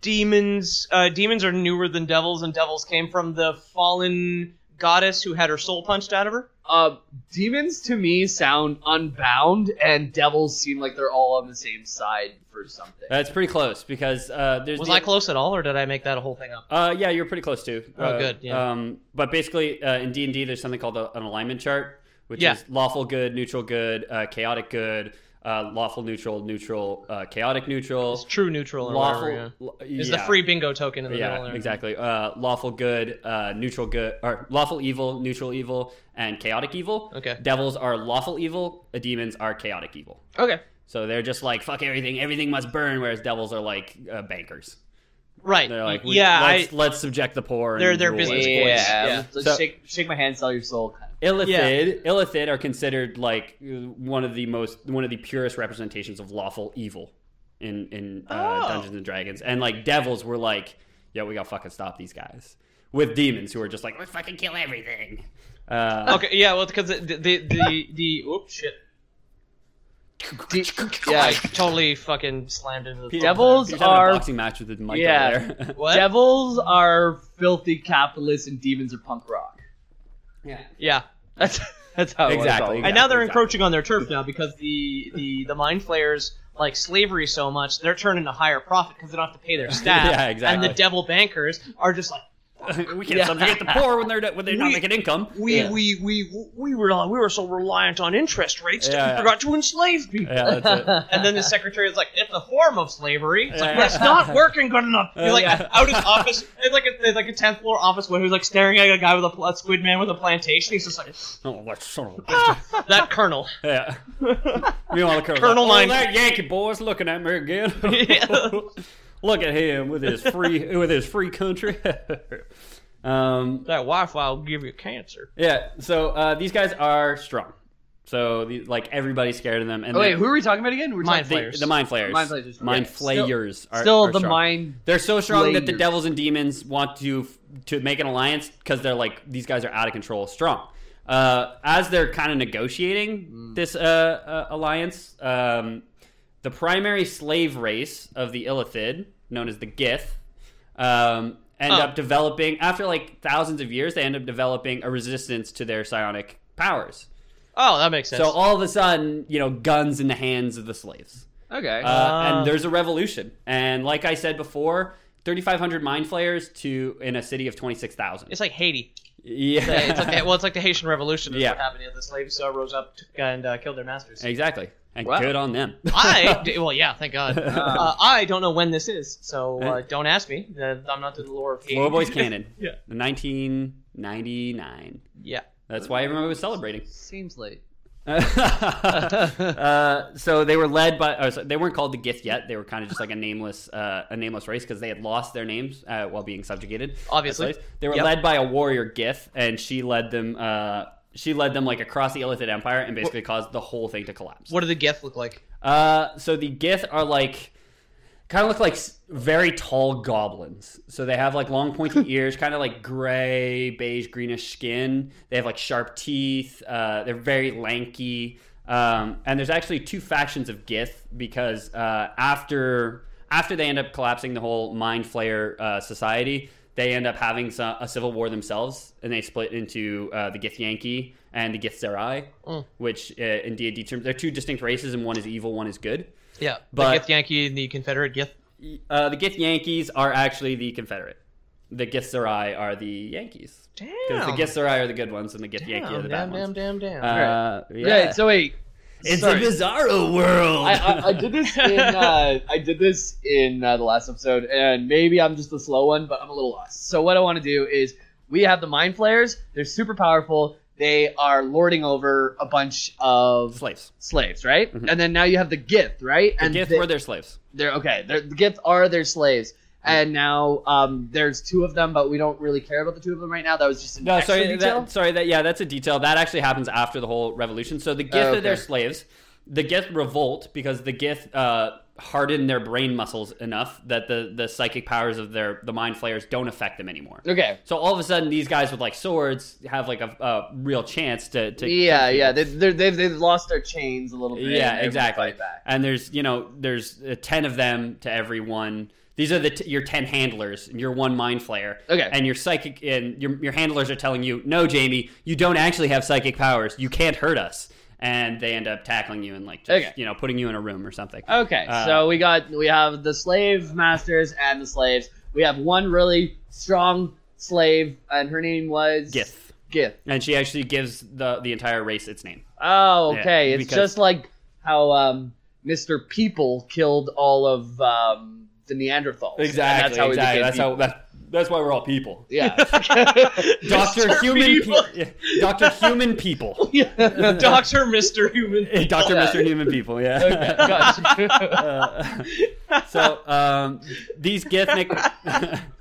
Demons. Uh, demons are newer than devils, and devils came from the fallen goddess who had her soul punched out of her. Uh, demons to me sound unbound, and devils seem like they're all on the same side for something. That's pretty close because uh, there's Was the- I close at all, or did I make that a whole thing up? Uh, yeah, you're pretty close to. Oh, Uh, good, yeah. Um, but basically, uh, in D and D, there's something called a, an alignment chart, which Yeah. is lawful good, neutral good, uh, chaotic good, uh, lawful neutral, neutral, uh, chaotic neutral, It's true neutral or lawful. whatever. l- Yeah. Is the yeah. free bingo token in the middle? Yeah, there. exactly. Uh, lawful good, uh, neutral good, or lawful evil, neutral evil, and chaotic evil. Okay. Devils are lawful evil. uh, Demons are chaotic evil. Okay. So they're just like fuck everything. Everything must burn. Whereas devils are like uh, bankers. Right. They're like, we, yeah. I, let's, let's subject the poor. and They're- they're rule business as boys. Yeah. let's So- shake, shake my hand, sell your soul. Kind of. Illithid, Illithid are considered like uh, one of the most, one of the purest representations of lawful evil in in uh, Oh. Dungeons and Dragons, and like devils were like, yeah, we gotta fucking stop these guys with demons who are just like, let's fucking kill everything. Uh, okay. Yeah. Well, because the the the, the oops shit. I Yeah, totally fucking slammed into the. Devils Peter's having are- a boxing match with the mic Yeah. over there. What? devils are filthy capitalists, and demons are punk rock. yeah. That's that's how it was Exactly. always. and now they're exactly. encroaching on their turf now because the the the mind flayers like slavery so much they're turning a higher profit because they don't have to pay their staff. Yeah, And exactly. the devil bankers are just like we can't Yeah. subjugate the poor when they're when they're not We- making income. we Yeah. we we we were we were so reliant on interest rates that Yeah, we yeah. forgot to enslave people. Yeah, that's it. And then the secretary is like, "It's a form of slavery. It's like, Yeah. that's not working good enough." He's like Yeah. out of his office. It's like a, there's like a tenth floor office where he's like staring at a guy with a, pl- a squid man with a plantation. He's just like, Oh, what son of a Ah! bitch. "That colonel." Yeah. Meanwhile, the Colonel's Colonel like, Mind- Oh, that Yankee boy's looking at me again. Look at him with his free with his free country. um, That Wi-Fi will give you cancer. yeah. So uh, these guys are strong. So the, like everybody's scared of them. And Oh, wait, they- who are we talking about again? We're Mind talking the, the mind flayers. Mind flayers, Mind yeah. flayers are still are the strong. mind. They're so strong that the Flayers. devils and demons want to to make an alliance because they're like these guys are out of control, strong. Uh, as they're kind of negotiating this uh, uh, alliance, um, the primary slave race of the Illithid, known as the Gith, um, end Oh. up developing after like thousands of years. They end up developing a resistance to their psionic powers. Oh, that makes sense. So all of a sudden, you know, guns in the hands of the slaves. Uh, Okay. Ah. and there's a revolution. And like I said before, 3,500 mind flayers to in a city of 26,000. it's like Haiti. Yeah, It's like well, it's like the Haitian Revolution. Is Yeah. what happened. Yeah, the slaves uh, rose up and uh, killed their masters. exactly. and Wow. good on them. I d- well, yeah, thank God. Ah. Uh, I don't know when this is, so uh, don't ask me. Uh, I'm not to the lore of Low Hades. Boys Canon. Yeah. 1999. Yeah, That's why everyone was celebrating. Seems late. uh, so they were led by. Oh, so they weren't called the Gith yet. They were kind of just like a nameless, uh, a nameless race because they had lost their names uh, while being subjugated. Obviously. Slaves. they were Yep. led by a warrior Gith, and she led them. Uh, she led them like across the Illithid Empire and basically caused the whole thing to collapse. what do the Geth look like? Uh, so the Gith are like kind of look like s- very tall goblins. So they have like long pointy ears, kind of like gray, beige, greenish skin. They have like sharp teeth. Uh, they're very lanky. Um, and there's actually two factions of Gith because uh, after after they end up collapsing the whole Mind Flayer uh, society, they end up having some, a civil war themselves, and they split into uh, the Gith Yankee and the Gith Zerai, which uh, in D&D terms, they're two distinct races, and one is evil, one is good. Yeah, But- the Gith Yankee and the Confederate Gith. Uh, the Gith Yankees are actually the Confederate. The Gith Zerai are the Yankees. Because the Damn. Gith Zerai are the good ones, and the Gith Damn, Yankee are the damn, bad damn, ones. damn, damn. Uh, Yeah. yeah. so wait, it's sorry. a bizarro world. I, I, I did this in uh, I did this in uh, the last episode, and maybe I'm just the slow one, but I'm a little lost. So what I want to do is we have the mind flayers. They're super powerful. They are lording over a bunch of slaves. slaves, right? Mhm. And then now you have the Gith, right? The and Gith they- were their slaves. they're okay. They're, the Gith are their slaves. And now um, there's two of them, but we don't really care about the two of them right now. That was just an No, extra sorry, detail. that, sorry, that yeah, that's a detail that actually happens after the whole revolution. So the Gith Oh, are their okay. slaves. The Gith revolt because the Gith uh, harden their brain muscles enough that the the psychic powers of their the mind flayers don't affect them anymore. okay. So all of a sudden, these guys with like swords have like a, a real chance to. to Yeah, yeah. They, they're, they've, they've lost their chains a little bit. yeah, and they're exactly. fight back. And there's you know there's uh, ten of them to every one. These are the t- your ten handlers and your one mind flayer. Okay. And your psychic and your your handlers are telling you, no, Jamie, you don't actually have psychic powers. You can't hurt us. And they end up tackling you and like just Okay. you know putting you in a room or something. Okay, Uh, so we got we have the slave masters and the slaves. We have one really strong slave, and her name was Gith. Gith. And she actually gives the the entire race its name. Oh, Yeah, okay. it's because- just like how um, Mr. People killed all of um, the Neanderthals. and that's how we became people. that, that's why we're all people. Yeah. Doctor Mr. Human, People. Doctor Human People, yeah. Doctor Mister Human. Doctor Yeah. Mister Human People. Yeah. Gotcha. Uh, so um, these Gith make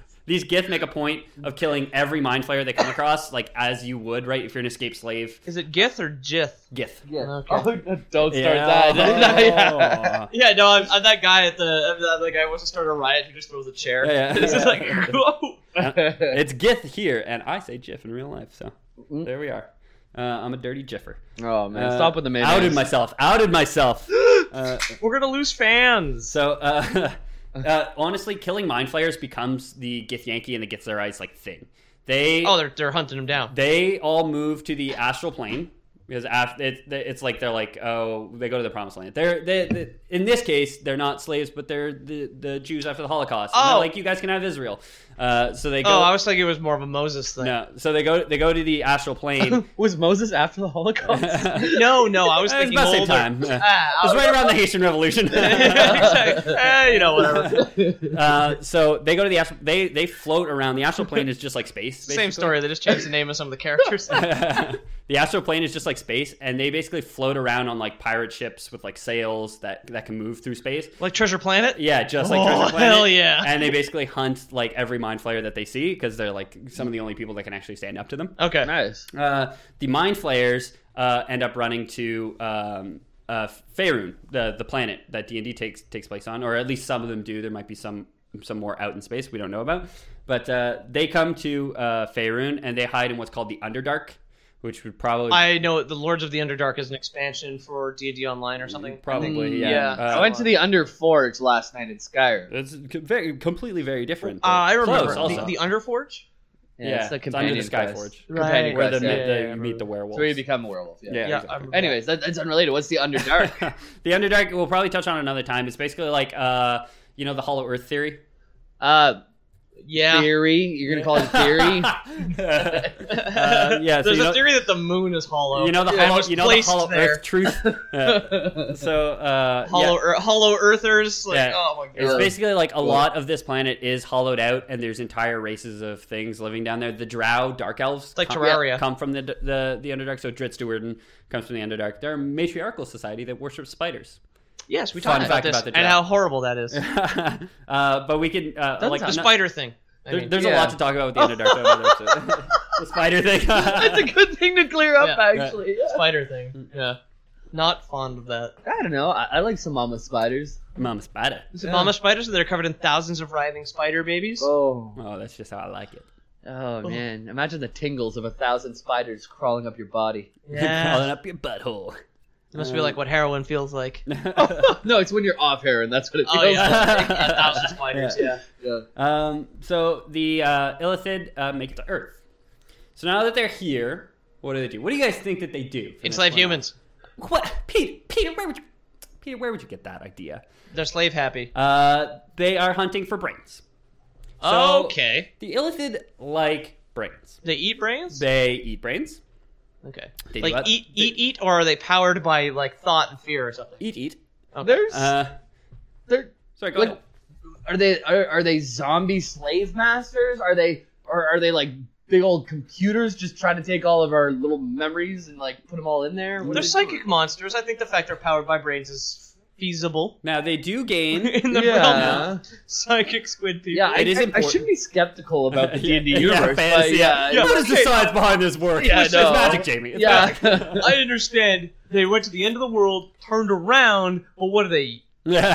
these Gith make a point of killing every mind flayer they come across, like as you would, right? If you're an escaped slave, Is it Gith or Jith? Gith. Yeah. Okay. Oh, don't start Yeah. Oh. that. Yeah. Yeah, no, I'm, I'm that guy at the I'm that, like I wants to start a riot who just throws a chair. Yeah, yeah. This is like whoa. It's Gith here, and I say Jif in real life. So Mm. there we are. Uh, I'm a dirty Jiffer. oh man, Uh, stop with the man. Outed myself. Outed myself. Uh, We're gonna lose fans. So uh, uh, honestly, killing mind flayers becomes the Gith Yankee and the Gith Zerais like thing. They Oh, they're they're hunting him down. they all move to the astral plane because after it, it's like they're like oh they go to the promised land. They're they, they in this case they're not slaves but they're the the Jews after the Holocaust. And they're Oh. like you guys can have Israel. Uh, so they go. Oh, I was thinking it was more of a Moses thing. no, so they go. They go to the astral plane. was Moses after the Holocaust? no, no, I was It was thinking about the same older. time. Yeah. Ah, It was I- right around the Haitian Revolution. Exactly. Eh, you know, whatever. uh, so they go to the astral. They they float around. The astral plane is just like space. Same story. They just changed the name of some of the characters. basically. the astral plane is just like space, and they basically float around on like pirate ships with like sails that that can move through space. like Treasure Planet. Yeah, just like Oh, Treasure Planet. hell yeah. And they basically hunt like every mind flayer that they see because they're like some of the only people that can actually stand up to them. Okay. nice. Uh, the mind flayers uh, end up running to um, uh, Faerun, the the planet that D and D takes takes place on, or at least some of them do. There might be some some more out in space we don't know about, but uh, they come to uh, Faerun and they hide in what's called the Underdark, which would probably I know the Lords of the Underdark is an expansion for D&D Online or something. probably Mm, yeah. yeah. Uh, I went to the Under Forge last night in Skyrim. it's co- very completely very different. Uh, I but remember close also. the, the Underforge. yeah, it's the under companion the quest. Skyforge. Right. Companion Where quest, the, yeah. yeah, the, yeah, I you meet the werewolves. It's where you become a werewolf. Yeah. yeah, Yeah, I exactly. remember that. Anyways, that, that's unrelated. What's the Underdark? the Underdark we'll probably touch on another time. It's basically like uh, you know the Hollow Earth theory. uh, Yeah. Theory. You're gonna call it a theory. Uh, yeah, so There's you a know- theory that the moon is hollow. You know the Yeah, it hollow, was you know the placed hollow there. Earth truth. Yeah. so uh, Hollow, yeah, ear- hollow earthers. Like, Yeah. oh my it's god. basically like a lot of this planet is hollowed out, and there's entire races of things living down there. The Drow, dark elves, like come, Terraria. come from the the the Underdark. So Dritz Duerden comes from the Underdark. They're a matriarchal society that worships spiders. yes, we Fun talked about fact this about the and draft. how horrible that is. uh, but we can uh, Doesn't like the no- spider thing. I there- mean. there's a yeah. lot to talk about with the Underdark. though, whether it's a- the spider thing. That's a good thing to clear up, Yeah. actually. spider Mm. thing. Yeah. Not fond of that. I don't know. I, I like some mama spiders. Mama spider. It's a mama spiders, and they're covered in thousands of writhing spider babies. Oh. Oh, that's just how I like it. Oh man! Imagine the tingles of a thousand spiders crawling up your body. Crawling Yeah. up your butthole. it must be like what heroin feels like. no, it's when you're off heroin. That's what it feels Oh, yeah. A thousand spiders, Yeah. yeah. Um, so the uh, Illithid uh, make it to Earth. So now that they're here, what do they do? What do you guys think that they do? for the Enslave next one? humans. What, Peter? Peter, where would you? Peter, where would you get that idea? They're slave happy. Uh, they are hunting for brains. So- okay. The Illithid like brains. They eat brains? They eat brains. okay. They like do what? eat, They- eat, eat, or are they powered by like thought and fear or something? Eat, eat. Okay. There's. Uh, there- sorry, go Like- ahead. are they are, are they zombie slave masters? Are they or are they like big old computers just trying to take all of our little memories and like put them all in there? What They're are they psychic monsters. I think the fact they're powered by brains is feasible Now they do gain. in the doing? yeah. realm of psychic squid people. Yeah, I, It is I- I, important. should be skeptical about the D and D Yeah, universe. fantasy, but yeah, What is the okay. science behind this work? Yeah, I it's know. magic, Jamie. It's yeah. magic. I understand they went to the end of the world, turned around, but what do they eat?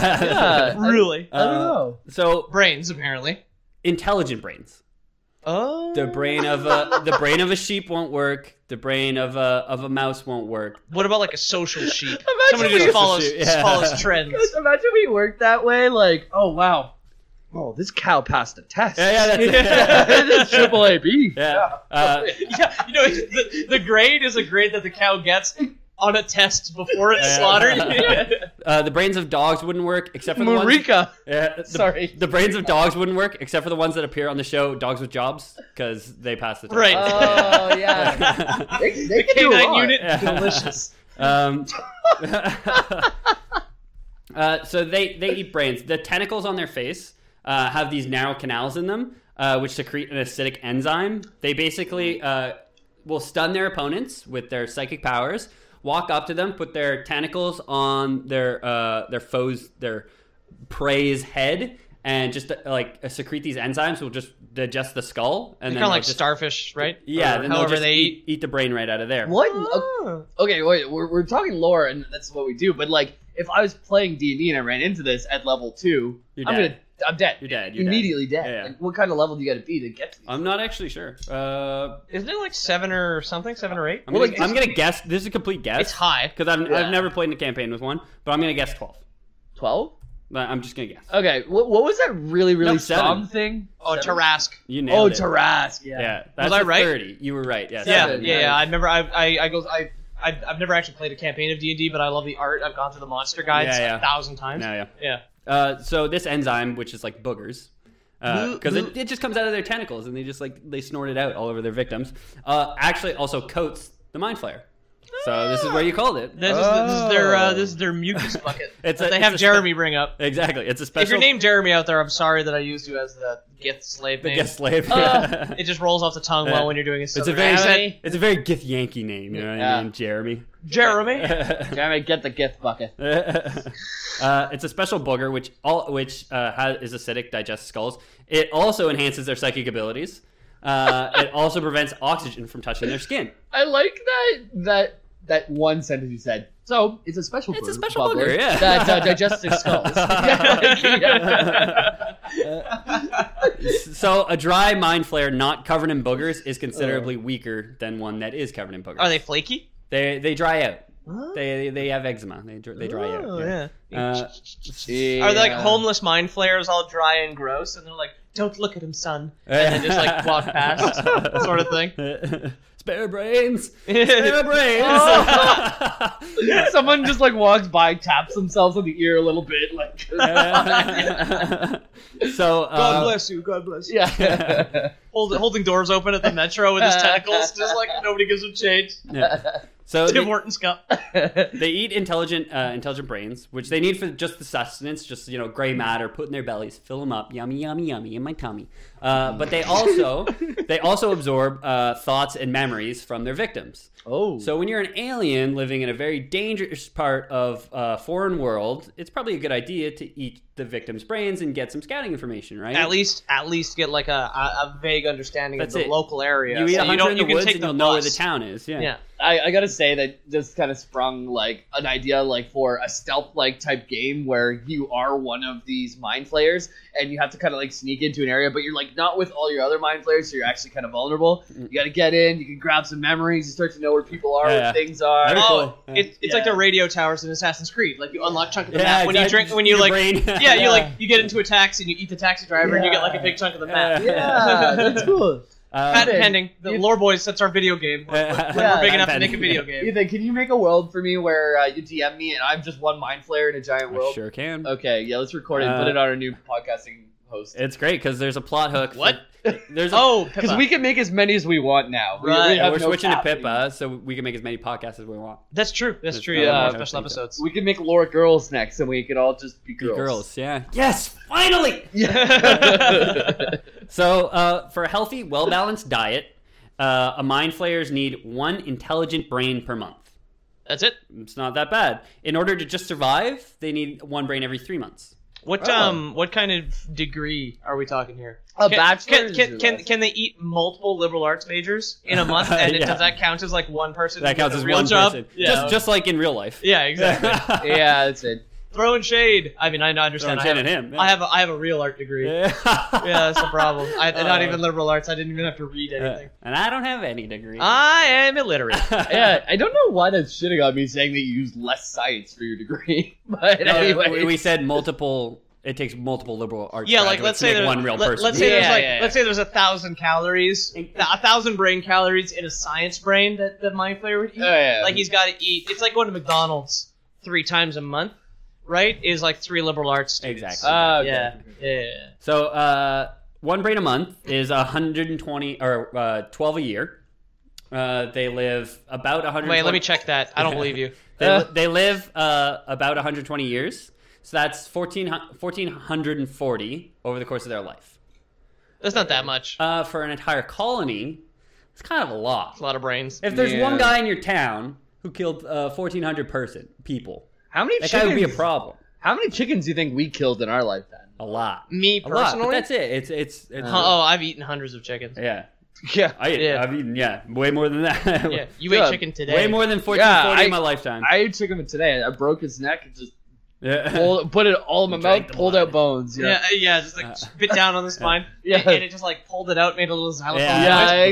Yeah. I- Really? I don't Uh, know. So brains, apparently. intelligent brains. Oh. The brain of a the brain of a sheep won't work. The brain of a of a mouse won't work. What about like a social sheep? Imagine Somebody who we- just follows, Social sheep, just yeah. follows trends. Guys, Imagine we worked that way. Like, oh wow, oh this cow passed a test. Yeah, yeah, that's it's triple A B. Yeah. Uh, yeah, you know, the, the grade is a grade that the cow gets on a test before it's Yeah. slaughtered. uh, the brains of dogs wouldn't work except for the ones. Marika. Yeah, the, Sorry. The brains of dogs wouldn't work except for the ones that appear on the show Dogs with Jobs because they pass the test. Right. Oh yeah, they, they can do a Canine lot. unit, Yeah. delicious. Um, uh, so they, they eat brains. The tentacles on their face uh, have these narrow canals in them, uh, which secrete an acidic enzyme. They basically uh, will stun their opponents with their psychic powers. Walk up to them, put their tentacles on their uh, their foes, their prey's head, and just uh, like secrete these enzymes. Will just digest the skull and then Kind of they'll like just, starfish, right? Yeah, Or then they'll however just they eat, eat. eat the brain right out of there. What? Oh. Okay, wait. We're, we're talking lore, and that's what we do. But like, if I was playing D and D and I ran into this at level 2 You're I'm dead. gonna, I'm dead. You're dead. You're dead. Immediately dead. Yeah, yeah. Like, what kind of level do you got to be to get to? These? I'm not actually sure. Uh, Isn't it like seven or something? Seven or eight? I'm, Well, gonna, like, I'm gonna guess. This is a complete It's guess high. because I've, Yeah. I've never played in a campaign with one, but I'm gonna guess twelve. Twelve? But I'm just gonna guess. Okay. What, what was that really really No, seven. strong thing? Oh, Seven? Tarask. You Oh, nailed it. Tarask. Yeah, Yeah. that's I a right? Thirty. You were right. Yeah. Yeah, Seven, yeah, yeah. yeah. I remember. I, I, I go. I, I've, I've never actually played a campaign of D and D, but I love the art. I've gone through the monster guides Yeah, yeah. a thousand times. No, yeah. Yeah. Uh, so this enzyme, which is like boogers, Boo- because boo- it, it just comes out of their tentacles and they just like they snort it out all over their victims. Uh, actually, also coats the mind flayer. So this is where you called it. This, is, this is their uh, Oh. this is their mucus bucket It's that a- they it's have a spe- Jeremy bring up. Exactly. It's a special. If you're named Jeremy out there, I'm sorry that I used you as the gith slave the name. guest slave. Uh, it just rolls off the tongue Yeah. well when you're doing a it's a southern very accent. it's a very Gith Yankee name. You know what I Yeah. mean, Jeremy. Jeremy. Jeremy, get the gift bucket. uh, it's a special booger which all which uh, has, is acidic, digests skulls. It also enhances their psychic abilities. Uh, it also prevents oxygen from touching their skin. I like that that that one sentence you said. So it's a special. It's a bug- special bubbler booger, yeah. That uh, digests their skulls. So a dry mind flare not covered Uh. in boogers is considerably weaker than one that is covered in boogers. Are they flaky? They they dry out. They they have eczema. They dr- they dry out. Oh, Yeah. yeah. Uh, Are they like Yeah. homeless mind flayers all dry and gross, and they're like, "Don't look at him, son," and then just like walk past, sort of thing. Spare brains. Spare brains. Oh. Someone just like walks by, taps themselves on the ear a little bit, like so God uh, bless you. God bless you. yeah. Hold, holding doors open at the metro with his tentacles, just like nobody gives a change. yeah. so Tim they, Hortons cup. they eat intelligent uh, intelligent brains, which they need for just the sustenance, just you know gray matter, put in their bellies, fill them up, yummy, yummy, yummy, in my tummy. Uh, but they also they also absorb uh, thoughts and memories from their victims. oh, So when you're an alien living in a very dangerous part of a foreign world, it's probably a good idea to eat the victim's brains and get some scouting information, right? At least, at least get like a, a, a vague understanding That's of the it. local area. you eat So a hundred don't- in you the can woods take and you'll know where the bus. town is. Yeah. Yeah. I, I gotta say that just kind of sprung like an idea like for a stealth like type game where you are one of these mind flayers and you have to kind of like sneak into an area, but you're like not with all your other mind flayers, so you're actually kind of vulnerable. Mm-hmm. You gotta get in, you can grab some memories, you start to know where people are, Yeah. where things are. Very Oh, cool. it, it's like Yeah. the radio towers in Assassin's Creed. Like you unlock chunk of the Yeah, map when you I- drink, when eat a you like, brain. yeah, you like Yeah. you get into a taxi and you eat the taxi driver and you get like a big chunk of the map. Yeah. Yeah, that's cool. Uh, Patent Okay. pending. The You- lore boys. That's our video game. We're, Yeah. we're- we're big Yeah. enough to make a Patent. video game. Ethan, can you make a world for me where uh, you DM me and I'm just one mind flayer in a giant I world? Oh, sure can. Okay, yeah, let's record it and Uh, put it on our new podcasting host. It's great because there's a plot hook. for- What? there's a, Oh, Because Pippa. we can make as many as we want now. We- we Right. yeah, have we're no switching cap to anymore. Pippa so we can make as many podcasts as we want. that's true. That's true. That's Yeah, not special much I episodes. We can make Laura girls next, and we could all just be Be girls. girls, yeah. Yes, finally. Yeah. So, uh, for a healthy, well balanced diet, uh, a mind flayers need one intelligent brain per month. That's it. It's not that bad. In order to just survive, they need one brain every three months. What Oh. um what kind of degree are we talking here? A can, bachelor's Can, or can, can, less? can they eat multiple liberal arts majors in a month? And it- Yeah. does that count as like one person? That counts with as a real one job? person. Yeah. Just, just like in real life. yeah, exactly. yeah, that's it. Throwing shade. I mean, I understand. Throwing I shade have, at him, yeah. I have a, I have a real art degree. Yeah, that's the problem. I, not even liberal arts. I didn't even have to read anything. Oh, Ah, and I don't have any degree. I am illiterate. Yeah, I don't know why that's shitting on me saying that you use less science for your degree. But No, anyway, we, we said multiple. It takes multiple liberal arts. Yeah, like graduates let's to say make there's one real let, person. Let's say there's Yeah, like yeah, yeah. let's say there's a thousand calories, a thousand brain calories in a science brain that the mind player would eat. Oh, yeah. Like he's got to eat. It's like going to McDonald's three times a month, right? Is like three liberal arts students. Exactly. Ah, okay. Yeah. Yeah. So uh, one brain a month is 120 or uh, 12 a year. Uh, they live about 120. Wait, let me check that. I don't believe you. They, li- they live uh, about 120 years. So that's 14, 1,440 over the course of their life. That's not that much. Uh, for an entire colony, it's kind of a lot. That's a lot of brains. If there's Yeah. one guy in your town who killed uh, 1,400 person people, how many that chickens? guy would be a problem. How many chickens do you think we killed in our lifetime? A lot. Me A lot. But personally, that's it. It's it's, it's Huh, oh, I've eaten hundreds of chickens. yeah. Yeah, I Yeah. I've eaten yeah way more than that. Yeah, you Yeah, ate chicken today. Way more than 1440 Yeah, in I- my lifetime. I ate chicken today. I broke his neck and just yeah. pulled, put it all in my Drank mouth, the pulled blood. out bones. Yeah, uh, yeah, just like bit down on the spine, Yeah. and, and it just like pulled it out, made a little xylophone. Yeah. noise. Yeah,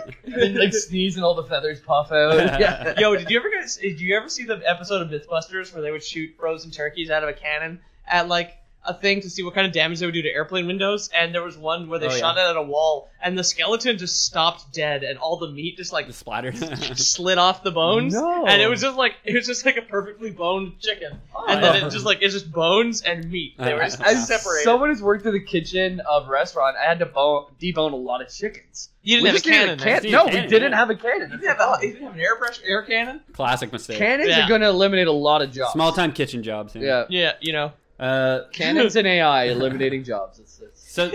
exactly. and then, like sneeze and all the feathers puff out. Yeah. Yo, did you ever guys? Did you ever see the episode of MythBusters where they would shoot frozen turkeys out of a cannon at like a thing to see what kind of damage they would do to airplane windows? And there was one where they Oh, shot it at a wall, and the skeleton just stopped dead, and all the meat just like The splatter. slid off the bones, No. and it was just like it was just like a perfectly boned chicken, Oh, and then it just like it's just bones and meat. Uh, They were just As separated. someone who's worked in the kitchen of a restaurant, I had to bone, debone a lot of chickens. you we didn't have just a cannon. needed a there. can- Dude, No, cannon, we didn't yeah. have a cannon. You didn't have a- you didn't have an air pressure, air cannon. Classic mistake. Cannons Yeah. are going to eliminate a lot of jobs. Small time kitchen jobs. Yeah. Yeah, you know. Uh, Cannons and AI eliminating jobs. That's, that's... so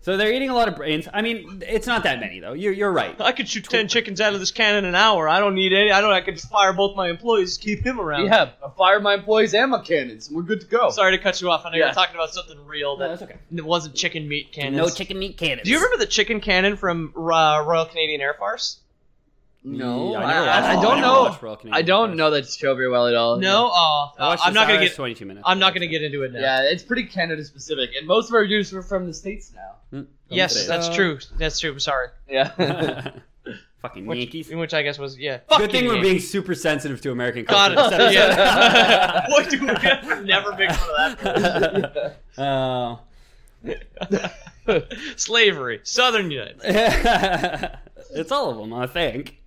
so they're eating a lot of brains. I mean, it's not that many though. You're you're right. I could shoot ten chickens out of this cannon an hour. I don't need any. I don't. I could just fire both my employees. Keep him around. Yeah, I fire my employees and my cannons, and we're good to go. Sorry to cut you off. I know you were Yeah. talking about something real that Oh. No, that's okay. that wasn't chicken meat cannons. No chicken meat cannons. Do you remember the chicken cannon from uh, Royal Canadian Air Force? No, Yeah, Mm, I I, never I- watched- I oh, I don't never know. watched Royal Canadian I don't Forest. know that show very well at all. No. Oh, I watched I'm this not gonna hour, it's get. 22 minutes. I'm not gonna get into it now. Yeah, it's pretty Canada specific, and most of our dudes were from the states now. Mm, Yes, don't that's Uh, true. That's true. I'm sorry. Yeah. say it. Fucking Which, Yankees. which I guess was yeah. Fucking Good thing we're Yankees. being super sensitive to American Got culture. it. this episode. Yeah. what do we have never make fun of that? Oh. Slavery, Southern United. Oh. it's all of them, I think.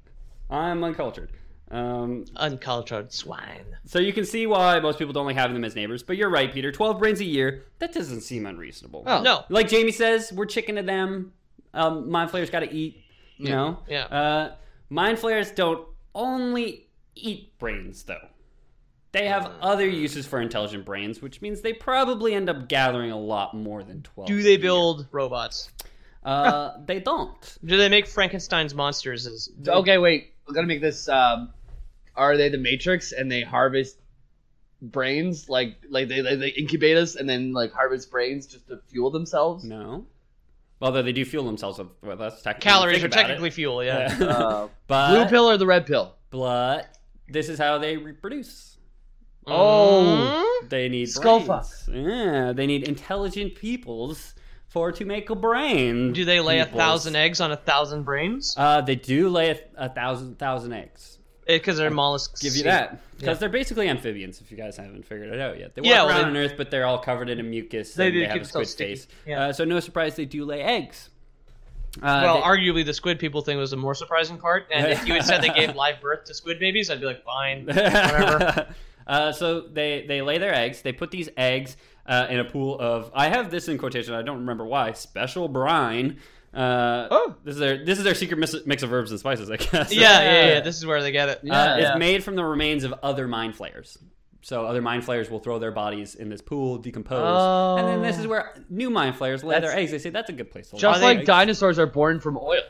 I'm uncultured. Um, uncultured swine. so you can see why most people don't like having them as neighbors. But you're right, Peter. Twelve brains a year—that doesn't seem unreasonable. Oh. No, Like Jamie says, we're chicken to them. Um, mind flayers got to eat. You know. yeah. Uh, mind flayers don't only eat brains though. They have Mm. other uses for intelligent brains, which means they probably end up gathering a lot more than twelve. do they build robots? Uh, they don't. Do they make Frankenstein's monsters? As Okay, wait. We're gonna make this. Um, are they the Matrix and they harvest brains? Like, like they, they, they incubate us and then like harvest brains just to fuel themselves? No. Although they do fuel themselves with well, that's technically calories think are about it. technically fuel. Yeah. Yeah. Uh, but blue pill or the red pill? Blood. This is how they reproduce. Oh. They need Skull brains. Yeah, they need intelligent peoples for to make a brain. Mm. Do they lay a Peoples. thousand eggs on a thousand brains? Uh, they do lay a, a thousand thousand eggs. Because Eh, they're mollusks. Give you that because they're basically amphibians. If you guys haven't figured it out yet, they walk Yeah, well, around they- on Earth, but they're all covered in a mucus. They and do they have keep a squid themselves sticky. face. Yeah. Uh, so no surprise they do lay eggs. Uh, Well, they- arguably the squid people thing was the more surprising part. And if you had said they gave live birth to squid babies, I'd be like, fine. Whatever. uh, so they they lay their eggs. They put these eggs uh, in a pool of I have this in quotation. I don't remember why. Special brine. Uh, Oh. this is their this is their secret mis- mix of herbs and spices. I guess. yeah, yeah, yeah. This is where they get it. Yeah. Uh, It's made from the remains of other mind flayers. So other mind flayers will throw their bodies in this pool, decompose, and then this is where new mind flayers lay their Oh. That's- eggs. They say that's a good place to Just lay like eggs." dinosaurs are born from oil.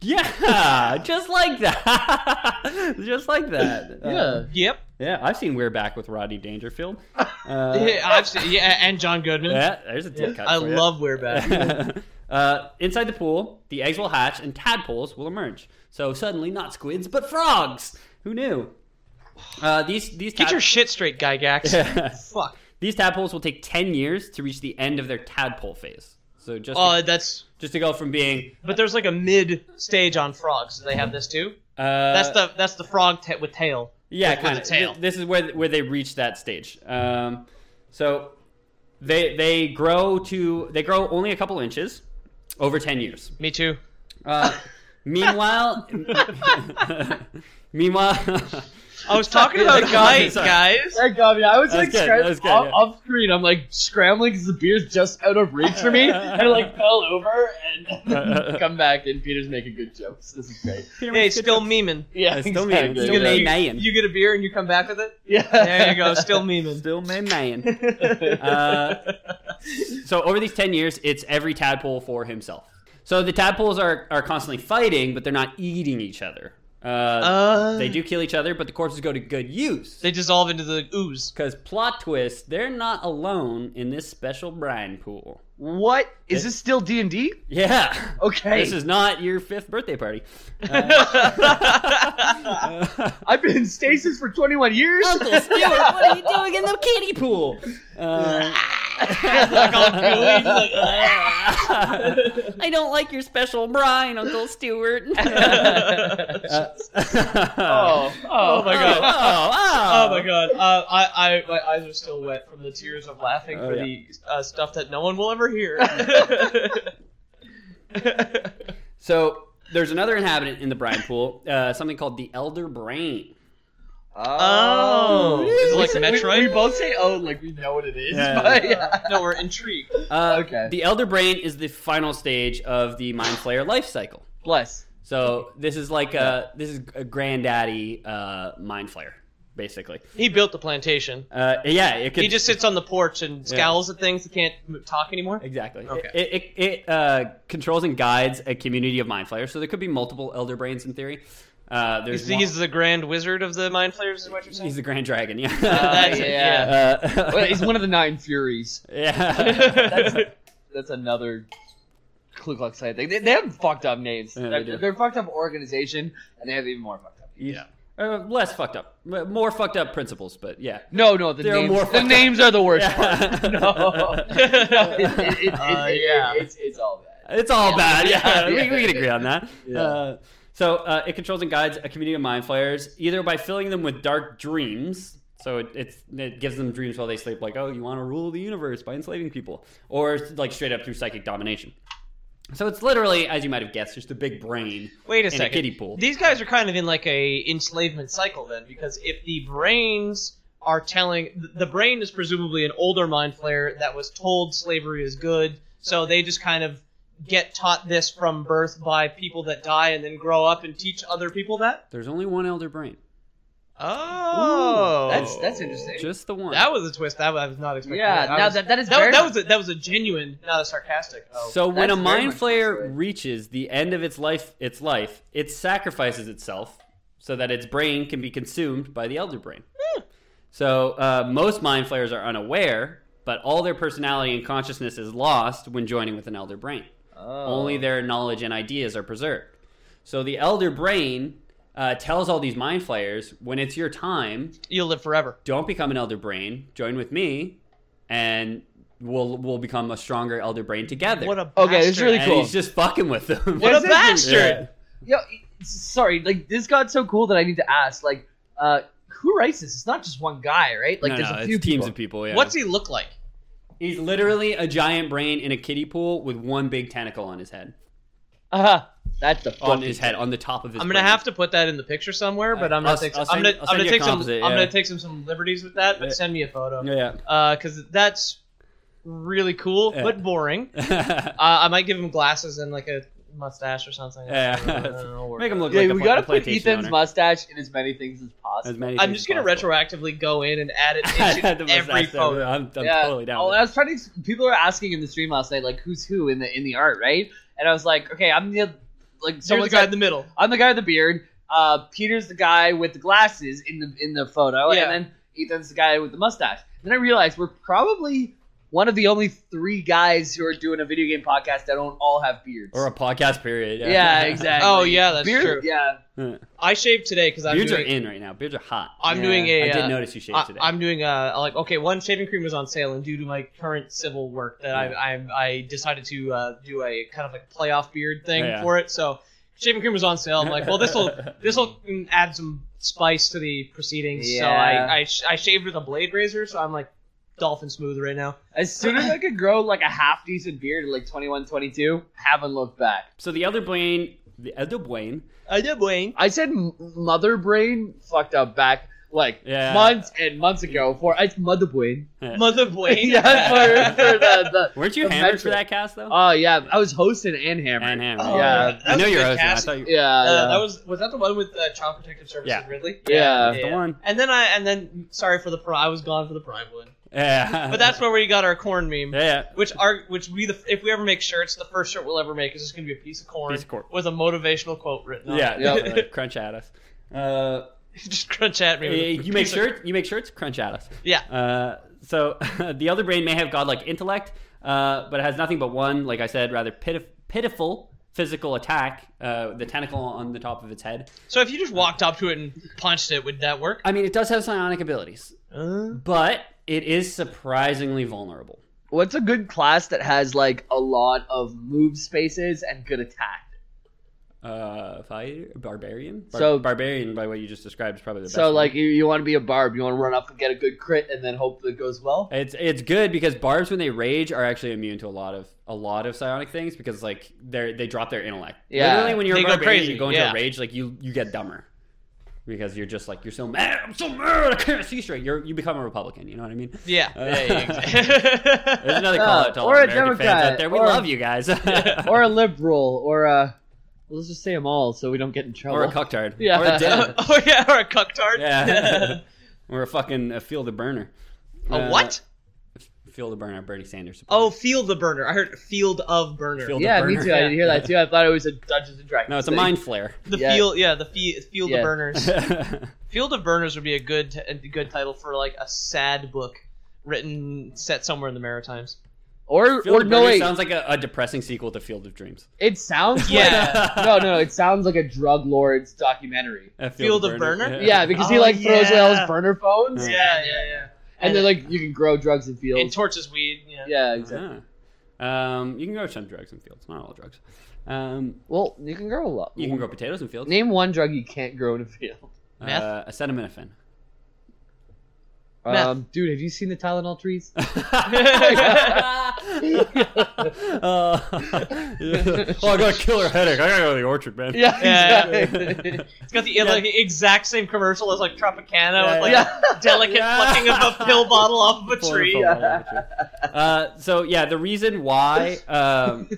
yeah, just like that, just like that. Uh, Yep. yeah, I've seen We're Back with Rodney Dangerfield. Uh, Yeah, I've seen, yeah, and John Goodman. yeah, there's a deep cut. I for ya. love We're Back. uh, inside the pool, the eggs will hatch and tadpoles will emerge. So suddenly, not squids, but frogs. Who knew? Uh, these these Get tad- your shit straight, Gygax. Fuck. these tadpoles will take ten years to reach the end of their tadpole phase. So just Oh, that's just to go from being But there's like a mid stage on frogs. Do they have this too? uh, That's the that's the frog ta- with tail. Yeah, with- with kind a of. tail. This is where where they reach that stage. Um, so they they grow to they grow only a couple inches over ten years. Me too. Uh, meanwhile, meanwhile, I was talking about Sorry. guys, Sorry. guys. That got me. I was That was like good, scram- that was good, off, yeah. off screen. I'm like scrambling because the beer's just out of reach for me, and I like fell over and come back. And Peter's making good jokes. This is great. Hey, still memeing. Yeah, It's still exactly. me. It's You still get, me. you- Maying. you get a beer and you come back with it. Yeah, There you go, still memeing. still my man. Uh, so over these ten years, it's every tadpole for himself. So the tadpoles are are constantly fighting, but they're not eating each other. Uh, Uh, they do kill each other, but the corpses go to good use. They dissolve into the ooze. Because plot twist, they're not alone in this special brine pool. What is this still D and D? Yeah. Okay, This is not your fifth birthday party. Oh I've been in stasis for 21 years. Uncle Stuart, what are you doing in the kiddie pool? Uh, Like all gooey, like, "Ah." I don't like your special brine, Uncle Stuart. Uh, oh, oh, oh my oh, God. oh. Oh my god! Uh, I, I, my eyes are still wet from the tears of laughing Oh, for yeah. the uh, stuff that no one will ever hear. So there's another inhabitant in the brine pool, uh, something called the Elder Brain. oh, is it like We- Metroid? We, both say oh like we know what it is, Yeah. but yeah. no, we're intrigued. Uh, Okay. The Elder Brain is the final stage of the Mind Flayer life cycle. Bless. So this is like a this is a granddaddy uh, Mind Flayer, basically. He built the plantation. Uh, yeah, it could He just sits on the porch and Yeah. scowls at things. He can't m- talk anymore. exactly. Okay. It it, it uh, controls and guides a community of Mind Flayers. So there could be multiple Elder Brains in theory. Uh, there's He's, one- he's the grand wizard of the mind flayers, is what you're saying? he's the Grand Dragon. Yeah. That's it, yeah. Uh, Well, he's one of the nine furies. yeah. That's another Ku Klux Klan thing. They, they have fucked up names. Yeah, they they're, do. they're a fucked up organization, and they have even more fucked up. names. yeah. Uh, less fucked up, M- more fucked up principles, but yeah. No, no, the They're names. more fucked the up. names are the worst. part. no. It- it- it- Uh, it- yeah. it's, it's all bad. It's all bad. Yeah, Yeah. We, we can agree on that. Uh, So uh, it controls and guides a community of mind flayers either by filling them with dark dreams. So it, it's, it gives them dreams while they sleep, like, oh, you want to rule the universe by enslaving people, or like straight up through psychic domination. So it's literally, as you might have guessed, just a big brain Wait in a second. a kiddie pool. These guys are kind of in like a enslavement cycle then, because if the brains are telling th- the brain is presumably an older mind flayer that was told slavery is good, so they just kind of get taught this from birth by people that die and then grow up and teach other people that. There's only one elder brain, Oh, that's that's interesting. just the one. That was a twist. That I was not expecting. yeah, that now was, that that is that, very that was a, that was a genuine, not a sarcastic. Oh. So when that's a very mind much flayer possible. reaches the end of its life, its life, it sacrifices itself so that its brain can be consumed by the elder brain. Hmm. So uh, most mind flayers are unaware, but all their personality and consciousness is lost when joining with an elder brain. Oh. Only their knowledge and ideas are preserved. So the elder brain uh, tells all these mind flayers, when it's your time, You'll live forever. don't become an elder brain. Join with me, and we'll we'll become a stronger elder brain together. What a Okay, this is bastard. really And cool. he's just fucking with them. What This a is- bastard! Yo, s- sorry, like this got so cool that I need to ask, like, uh, who writes this? It's not just one guy, right? Like, no, there's no, a it's few teams people. of people. Yeah. What's he look like? He's literally a giant brain in a kiddie pool with one big tentacle on his head, Uh-huh. That's the on fucking- his head, on the top of his. I'm gonna brain. have to put that in the picture somewhere, but I'm gonna I'll- take. I'll Some, send- I'm gonna, I'll I'm send gonna you a take some. composite, I'm yeah. gonna take some some liberties with that, but Yeah. send me a photo Yeah. because that's really cool Yeah. but boring. yeah. Uh, I might give him glasses and like a mustache or something. Yeah. I don't know, it'll work. Make him look Yeah, like a we pla- gotta a put plantation Ethan's owner. mustache in as many things as possible. As many I'm things just as gonna possible. retroactively go in and add it I had the into every mustache there. photo. I'm, I'm totally down. Oh, with I was trying to. ex- People were asking in the stream last night, like, who's who in the in the art, right? And I was like, okay, I'm the So like the someone's guy in got, the middle. I'm the guy with the beard. Uh, Peter's the guy with the glasses in the in the photo, Yeah. and then Ethan's the guy with the mustache. Then I realized we're probably one of the only three guys who are doing a video game podcast that don't all have beards. Or a podcast period. yeah. Yeah, exactly. Oh yeah, that's true. Beard- Yeah, I shaved today because I'm Beards are doing. in right now. Beards are hot. I'm Yeah. doing a. I uh, did notice you shaved I, today. I'm doing uh like okay one shaving cream was on sale and due to my current civil work that Yeah. I I I decided to uh, do a kind of like playoff beard thing Yeah. for it so shaving cream was on sale I'm like well this will this will add some spice to the proceedings so Yeah. I I, sh- I shaved with a blade razor so I'm like dolphin smooth right now as soon as I could grow like a half decent beard at like 21, 22, haven't looked back. So the elder brain, the elder brain, I did Wayne I said m- mother brain fucked up back like Yeah. months and months ago for it's mother brain. mother Wayne yeah, for, for the, Weren't The you hammered for that metric. cast though? the oh yeah, I was hosting and hammered. and hammered. Oh, yeah. that I was know a you're good hosting. cast. I thought you. yeah, uh, yeah. that was was that the one with uh, Child Protective Services Yeah. Ridley Yeah. That's the one. and then I and then sorry for the pri- I was gone for the prime one Yeah. but that's where we got our corn meme yeah. Which are which we the if we ever make shirts, the first shirt we'll ever make is just gonna be a piece of corn Piece of corn. with a motivational quote written on Yeah, it. Yeah. definitely. crunch at us. Uh, just crunch at me. eh, with a you make piece of- shirts. You make shirts. Crunch at us. Yeah. Uh, so the other brain may have godlike intellect, uh, but it has nothing but one, like I said, rather pitif- pitiful physical attack. Uh, the tentacle on the top of its head. So if you just walked up to it and punched it, would that work? I mean, it does have psionic abilities, Uh. but it is surprisingly vulnerable. What's a good class that has like a lot of move spaces and good attack? Uh, fighter, barbarian. Bar- So- barbarian, by what you just described, is probably the best. So one. like you, you want to be a barb, you want to run up and get a good crit and then hope that it goes well. It's it's good because barbs when they rage are actually immune to a lot of a lot of psionic things because like they they drop their intellect. Yeah. Literally when you're They a go barbarian, crazy, you go into yeah. a rage like you you get dumber because you're just like you're so mad. I'm so mad. I can't see straight. You're you become a Republican. You know what I mean? Yeah. Uh, There's yeah another Yeah, call out to all or a American fans Democrat, out there. We or- love you guys. or a liberal, or a well, let's just say them all so we don't get in trouble. Or a cucktard. Yeah. Or a yeah. den. oh yeah, or a cucktard. yeah. or a fucking a field of burner. a what? Field of burner. Bernie Sanders. Oh, field the burner. I heard field of burner. Field- yeah, the me burner. too. I did hear that too. I thought it was a Dungeons and Dragons. No, it's a thing. mind flare. the yeah. field, yeah, the fi- field Yeah. of burners. Field of Burners would be a good t- a good title for like a sad book written set somewhere in the Maritimes. Or Field or of no Burner wait, sounds like a, a depressing sequel to Field of Dreams. it sounds Yeah. like no no it sounds like a drug lord's documentary. A Field of Burner? Yeah, because he Oh, like throws away all yeah. his burner phones, Yeah. yeah. and then like you can grow drugs in fields. and torches weed. Yeah. yeah, exactly. Ah. Um, you can go with some drugs in fields, not all drugs. Um, Well, you can grow a lot. you can grow potatoes in fields. Name one drug you can't grow in a field. Meth? Uh, acetaminophen. Meth. Um, dude, have you seen the Tylenol trees? Uh, yeah. Oh, I got a killer headache. I gotta go to the orchard, man. Yeah, Yeah. exactly. It's got the like, exact same commercial as like Tropicana with like Yeah. a delicate Yeah. plucking of a pill bottle off of a Pulling tree. the phone out of the tree. Uh, so yeah, the reason why, um,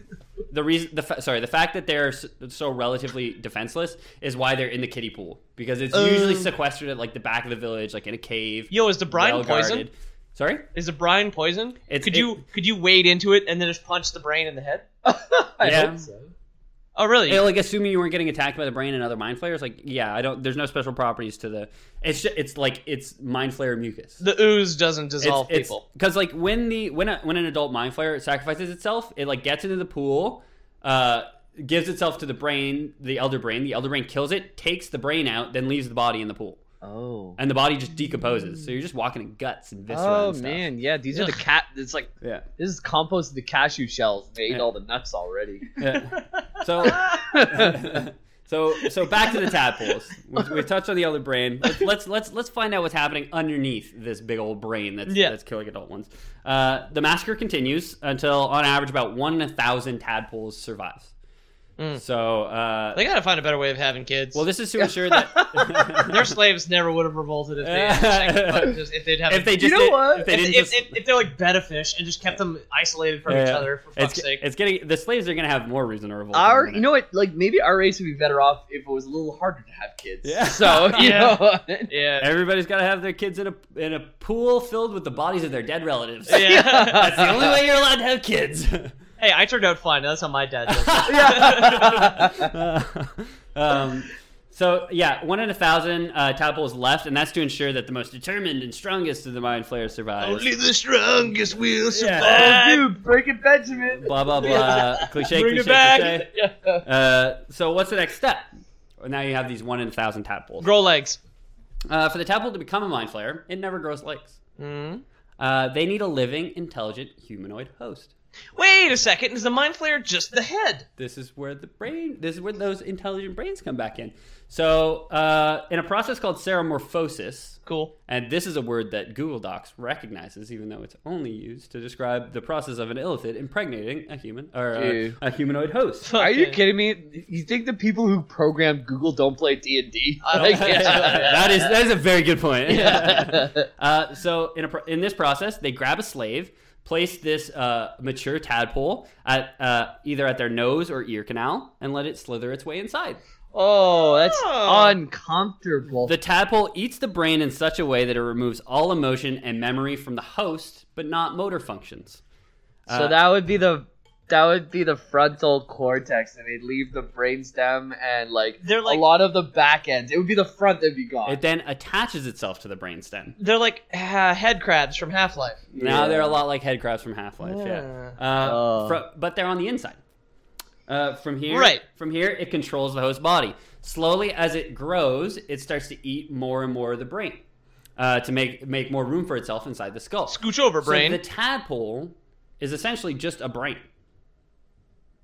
the reason, the fa- sorry, the fact that they're so, so relatively defenseless is why they're in the kiddie pool because it's usually Um. sequestered at like the back of the village, like in a cave. Yo, is the brine poison? well-guarded. Sorry. Is the brine poison? It's- could it- you could you wade into it and then just punch the brain in the head? I Yeah. hope so. Oh really? Yeah, like assuming you weren't getting attacked by the brain and other mind flayers, like yeah, I don't. There's no special properties to the. It's ju- it's like it's mind flayer mucus. the ooze doesn't dissolve people. because like when the when a, when an adult mind flayer sacrifices itself, it like gets into the pool, uh, gives itself to the brain, the elder brain. The elder brain kills it, takes the brain out, then leaves the body in the pool, Oh. and the body just decomposes. So you're just walking in guts and viscera. Oh and stuff. man, yeah. These are the Ugh. cat. It's like yeah. this is compost of the cashew shells. They ate Yeah. all the nuts already. yeah. So. So, so back to the tadpoles. We, we touched on the elder brain. Let's, let's let's let's find out what's happening underneath this big old brain that's Yeah. that's killing adult ones. Uh, the massacre continues until, on average, about one in a thousand tadpoles survives. Mm. So, uh, They gotta find a better way of having kids. well, this is to ensure that their slaves never would have revolted if they had sex, but just if they'd have if they You just know did- what? if they if, didn't if, just, if- if they're like betta fish and just kept them isolated from each Yeah. other for fuck's it's, sake. it's getting the slaves are gonna have more reason to revolt. in a Our, minute. you know what? Like maybe our race would be better off if it was a little harder to have kids. Yeah. So you Yeah. know. what? yeah. everybody's gotta have their kids in a in a pool filled with the bodies of their dead relatives. Yeah. That's the only way you're allowed to have kids. hey, I turned out fine. That's how my dad did. it. um, so yeah, one in a thousand uh, tadpoles left, and that's to ensure that the most determined and strongest of the mind flayers survives. the strongest will Oh, dude, breaking Benjamin. Blah blah blah. Cliche, Bring cliche, it back. cliche. Uh, so what's the next step? Well, Now you have these one in a thousand tadpoles. Grow legs. Uh, for the tadpole to become a mind flayer, it never grows legs. Mm. Uh, they need a living, intelligent humanoid host. Wait a second. Is the mind flayer just the head? This is where the brain. This is where those intelligent brains come back in. So, uh, in a process called seromorphosis, Cool. and this is a word that Google Docs recognizes, even though it's only used to describe the process of an illithid impregnating a human or a, Dude. a humanoid host. Are you Okay. kidding me? You think the people who program Google don't play D and D? that is that is a very good point. uh, so in a, pro- in this process, they grab a slave, place this uh, mature tadpole at uh, either at their nose or ear canal, and let it slither its way inside. Oh, that's Oh. uncomfortable. The tadpole eats the brain in such a way that it removes all emotion and memory from the host, but not motor functions. so that would be the that would be the frontal cortex, and they'd leave the brainstem and like, They're like- a lot of the back ends. It would be the front that'd be gone. It then attaches itself to the brainstem. They're like uh, head crabs from Half Life. Now they're a lot like head crabs from Half Life. Yeah. Uh, Oh. fro- but they're on the inside. Uh, from here, Right. From here, it controls the host body. Slowly, as it grows, it starts to eat more and more of the brain uh, to make make more room for itself inside the skull. Scooch over, brain. So the tadpole is essentially just a brain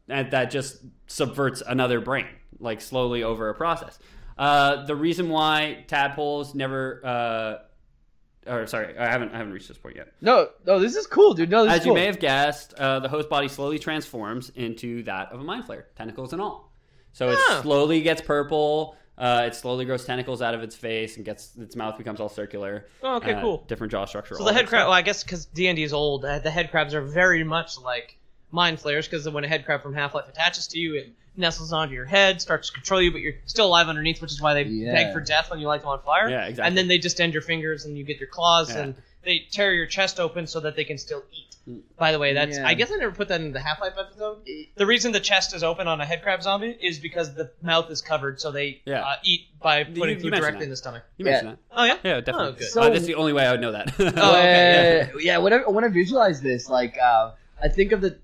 that, that just subverts another brain, like slowly over a process. Uh, the reason why tadpoles never, uh, or sorry, I haven't I haven't reached this point yet. no, no, this is cool, dude. No, this As is you cool. may have guessed, uh, the host body slowly transforms into that of a mind flayer, tentacles and all. So Huh. it slowly gets purple. Uh, it slowly grows tentacles out of its face and gets its mouth becomes all circular. Oh, okay, uh, cool. Different jaw structure. So all the that head stuff. crab. Well, I guess because D and D is old, uh, the head crabs are very much like mind flayers. Because when a head crab from Half Life attaches to you, it nestles onto your head, starts to control you, but you're still alive underneath, which is why they Yeah. beg for death when you light them on fire. Yeah, exactly. And then they just end your fingers, and you get your claws, Yeah. and they tear your chest open so that they can still eat. By the way, that's Yeah. I guess I never put that in the Half Life episode. The reason the chest is open on a head crab zombie is because the mouth is covered, so they Yeah. uh, eat by You- putting you food mentioned directly that. in the stomach. You mentioned that. Oh yeah. Yeah, definitely. good. uh, that's the only way I would know that. Oh, okay, When- yeah. Whenever when I visualize this, like uh, I think of the.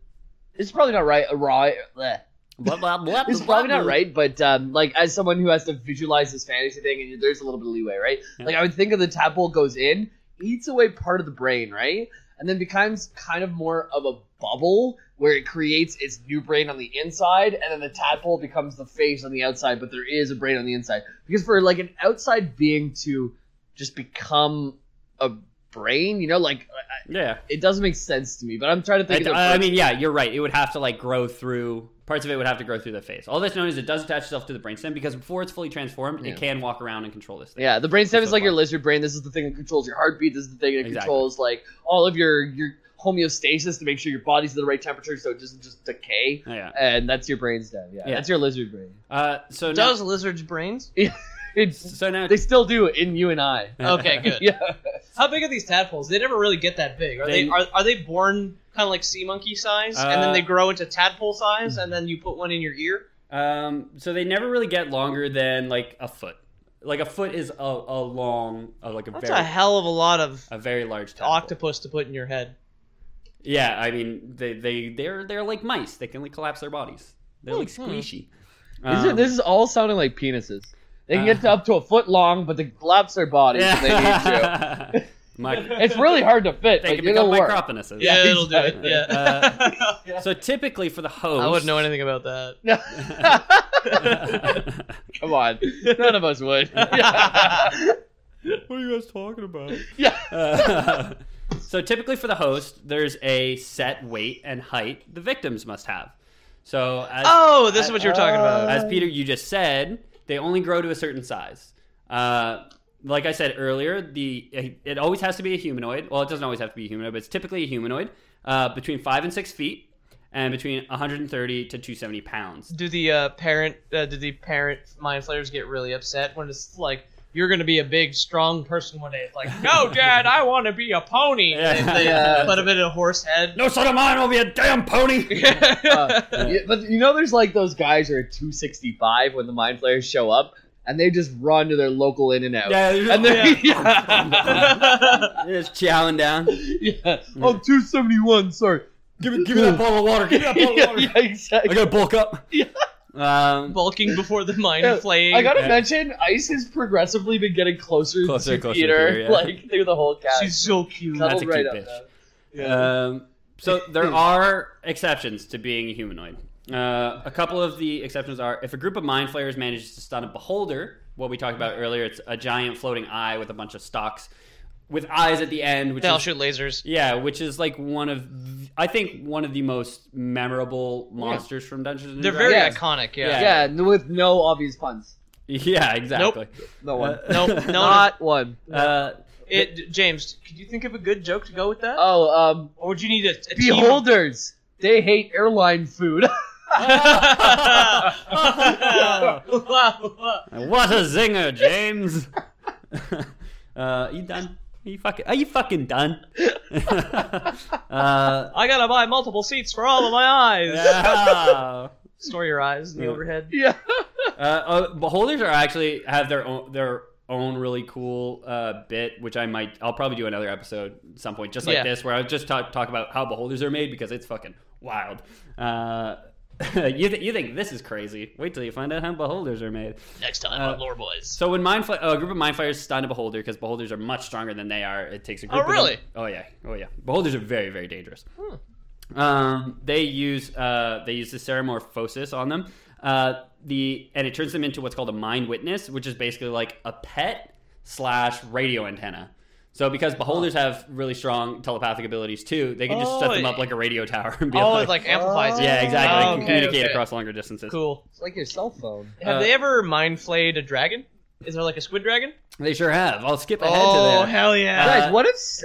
It's probably not right. uh, Right. bleh. blah, blah, blah, It's blah, probably blah. not right, but um, like as someone who has to visualize this fantasy thing, and there's a little bit of leeway, right? Yeah. Like I would think of the tadpole goes in, eats away part of the brain, right, and then becomes kind of more of a bubble where it creates its new brain on the inside, and then the tadpole becomes the face on the outside, but there is a brain on the inside. Because for like an outside being to just become a brain, you know, like Yeah. it doesn't make sense to me. But I'm trying to think. It- of the I first- mean, yeah, you're right. It would have to like grow through parts of it would have to grow through the face. All that's known is it does attach itself to the brainstem because before it's fully transformed, Yeah. it can walk around and control this thing. Yeah, the brainstem is So like your far. lizard brain. This is the thing that controls your heartbeat. This is the thing that Exactly. controls like all of your your homeostasis to make sure your body's at the right temperature so it doesn't just decay. Yeah. And that's your brainstem. Yeah, Yeah. that's your lizard brain. Uh, so now, Does lizards' brains? It's, so now they still do it in you and I. Okay, good. Yeah, How big are these tadpoles? They never really get that big. Are they, They- are, are they born kind of like sea monkey size, and then Uh, hmm. they grow into tadpole size, and then you put one in your ear? um, so they never really get longer than like a foot. Like a foot is a, a long, a, like a That's very a hell of a lot of a very large tadpole. octopus to put in your head. Yeah, I mean they they they're they're like mice. They can like collapse their bodies. They're like Hmm. squishy. These are- Um, this is all sounding like penises. They can Uh. get to up to a foot long, but they collapse their bodies if they need to. My- It's really hard to fit, they but can become it'll work. micropenisses. Yeah, it'll do it. exactly. Uh, Yeah. So typically for the host, I wouldn't know anything about that. Come on, none of us would. what are you guys talking about? Yeah. Uh, so typically for the host, there's a set weight and height the victims must have. So as, Oh, this is what you were talking uh, about. as Peter you just said, they only grow to a certain size. Uh, like I said earlier, the it always has to be a humanoid. Well, it doesn't always have to be a humanoid, but it's typically a humanoid uh, between five and six feet, and between 130 to 270 pounds. do the uh, parent uh, do the parent mind flayers get really upset when it's like you're gonna be a big strong person one day it's like no dad i want to be a pony and they uh, Yeah. put him in a horse head No son of mine will be a damn pony. Uh, yeah, but you know, there's like those guys who are at 265 when the mind flayers show up, and they just run to their local In and Out. Yeah, And they yeah. Just chowing down. Oh, 271, sorry. Give me, give me that bottle of water. Give me that bottle of yeah, water. yeah, exactly. I gotta bulk up. Um, bulking before the mind Yeah, flaying I gotta Yeah. mention, Ice has progressively been getting closer, Closer, to closer to Peter, Peter, yeah. like through the whole cast. she's so cute That's a Cuddled cute right up bitch. now. um, so there are exceptions to being a humanoid. Uh, a couple of the exceptions are if a group of mind flayers manages to stun a beholder, what we talked about earlier, it's a giant floating eye with a bunch of stalks, with eyes at the end, which they'll is shoot lasers Yeah, which is like one of, th- I think one of the most memorable monsters from Dungeons and they're very Yeah. iconic yeah, Yeah. Yeah, n- with no obvious puns. yeah, exactly. No one. Nope, no Not one. Uh, It, james could you think of a good joke to go with that Oh, um, or would you need a, a team of- beholders. They hate airline food. uh, what a zinger, James! uh, you done? Are you fucking? Are you fucking done? uh, i gotta buy multiple seats for all of my eyes yeah. store your eyes in the overhead yeah. uh, uh, beholders are actually have their own their own really cool uh, bit, which I might I'll probably do another episode at some point, just like Yeah. this, where I just talk talk about how beholders are made because it's fucking wild. Uh, you th- you think this is crazy? Wait till you find out how beholders are made. next time on lore boys So when mind fla- uh, a group of mind flayers stun a beholder because beholders are much stronger than they are, it takes a group. Oh, really? Of them- oh yeah. Oh yeah. Beholders are very very dangerous. Hmm. Um, they use uh, they use the ceramorphosis on them. Uh, the and it turns them into what's called a mind witness, which is basically like a pet slash radio antenna. So because beholders have really strong telepathic abilities too, they can just set Oh, them up like a radio tower and be Oh, like, it like amplifies it. yeah, exactly. they Oh, can okay, communicate okay. across longer distances. Cool. It's like your cell phone. Have Uh, they ever mind flayed a dragon? Is there like a squid dragon? They sure have. I'll skip ahead Oh to there. hell yeah! Guys, what if? Uh, s-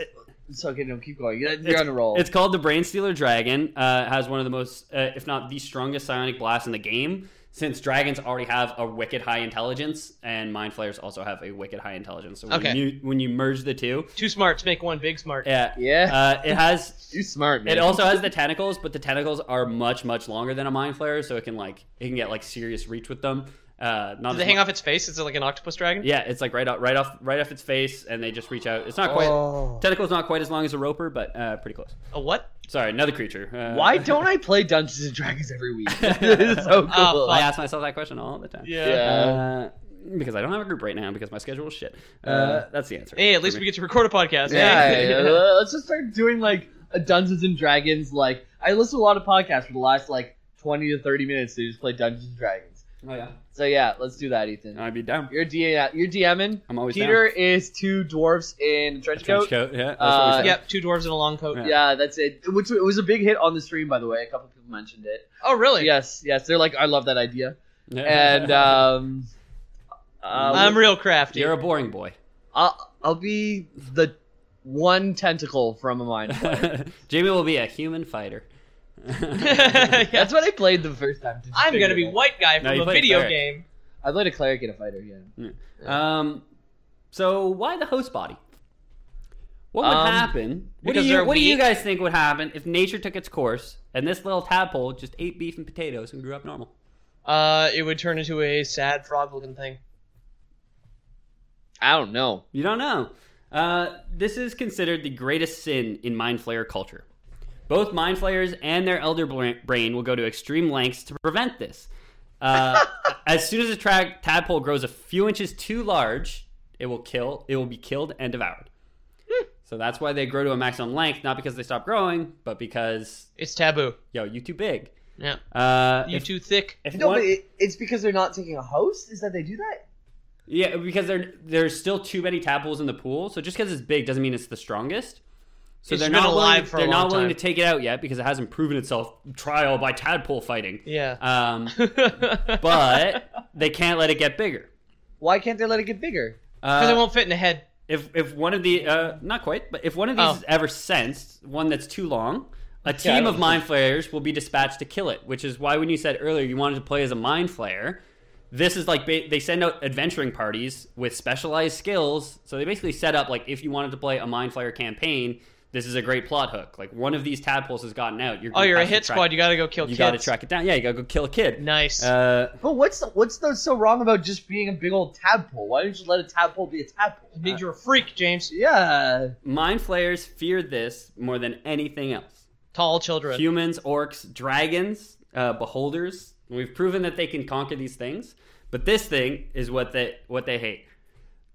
It's okay. No, keep going. You're, you're on a roll. It's called the Brain Stealer Dragon. Uh, it has one of the most, uh, if not the strongest, psionic blast in the game. Since dragons already have a wicked high intelligence, and mind flayers also have a wicked high intelligence, so when Okay. you when you merge the two, Two smarts make one big smart. yeah, yeah. uh, it has. you smart man. It also has the tentacles, but the tentacles are much much longer than a mind flayer, so it can like it can get like serious reach with them. Uh, not Does as it hang mu- off its face? Is it like an octopus dragon? Yeah, it's like right off right off right off its face, and they just reach out. It's not quite Oh. tentacles, not quite as long as a roper, but uh, pretty close. A what? Sorry, another creature. Uh, Why don't I play Dungeons and Dragons every week? this is so cool. Oh, I ask myself that question all the time. Yeah. Uh, because I don't have a group right now because my schedule is shit. Uh, Uh, that's the answer. Hey, at least for we me. get to record a podcast. Yeah, eh? yeah, yeah. let's just start doing like a Dungeons and Dragons. Like I listen to a lot of podcasts for the last like twenty to thirty minutes. They just play Dungeons and Dragons. Oh yeah, So yeah, let's do that, Ethan. I'd be down. You're DM. You're DMing. I'm Uh, always Peter is two dwarfs in a down. trench Trench coat. coat, Yeah, that's Uh, what we said. Yep, two dwarves and a long coat. Yeah. Yeah, that's it. Which it was a big hit on the stream, by the way. A couple people mentioned it. Oh, really? Yes, yes. They're like, I love that idea. Yeah. And um, uh, I'm real crafty. you're a boring boy. I'll, I'll be the one tentacle from a mine. Jamie will be a human fighter. Yeah. That's what I played the first time. Did you I'm figure gonna it be out? white guy No, from you a play video cleric. game. I played a cleric and a fighter. Yeah. Um, so why the host body? What would Um, happen? What do because you they're What do you weak. guys think would happen if nature took its course and this little tadpole just ate beef and potatoes and grew up normal? Uh, it would turn into a sad frog-looking thing. I don't know. You don't know. Uh, this is considered the greatest sin in Mind Flayer culture. Both Mind Flayers and their Elder bra- Brain will go to extreme lengths to prevent this. Uh, as soon as a tra- tadpole grows a few inches too large, it will kill. It will be killed and devoured. Hmm. so that's why they grow to a maximum length, not because they stop growing, but because It's taboo. yo, you too big. Yeah. Uh, You if- too thick. if No, one- but it, it's because they're not taking a host. Is that they do that? Yeah, because there there's still too many tadpoles in the pool. So just because it's big doesn't mean it's the strongest. So It's they're been not alive willing, for a they're not long willing to time. take it out yet because it hasn't proven itself trial by tadpole fighting. Yeah. Um, Because but they can't let it get bigger. Why can't they let it get bigger? it Uh, won't fit in the head. if if one of the uh, not quite, but if one of these Oh. is ever sensed, one that's too long, a I team don't of mind flayers will be dispatched to kill it. Which is why when you said earlier you wanted to play as a mind flayer, this is like ba- they send out adventuring parties with specialized skills. So they basically set up like if you wanted to play a mind flayer campaign, this is a great plot hook. Like one of these tadpoles has gotten out. You're Oh, you're a gonna have hit to track- squad. You gotta go kill You kids. got to track it down. Yeah, you got to go kill a kid. Nice. Uh, But what's what's the, so wrong about just being a big old tadpole? Why don't you let a tadpole be a tadpole? Means you're a freak, James. Yeah. mind flayers fear this more than anything else. Tall children. humans, orcs, dragons, uh, beholders. We've proven that they can conquer these things, but this thing is what they what they hate.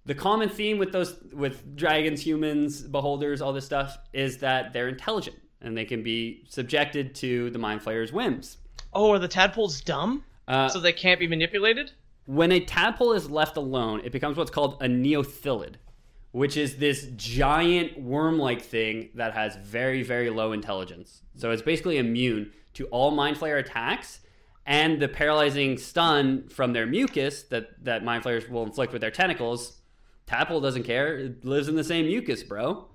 The common theme with those with dragons, humans, beholders, all this stuff is that they're intelligent and they can be subjected to the mind flayer's whims. Oh, are the tadpoles dumb? Uh, so they can't be manipulated? when a tadpole is left alone, it becomes what's called a neothylid, which is this giant worm like thing that has very, very low intelligence. So it's basically immune to all Mind Flayer attacks and the paralyzing stun from their mucus that, that Mind Flayers will inflict with their tentacles. Tadpole doesn't care, it lives in the same mucus, bro.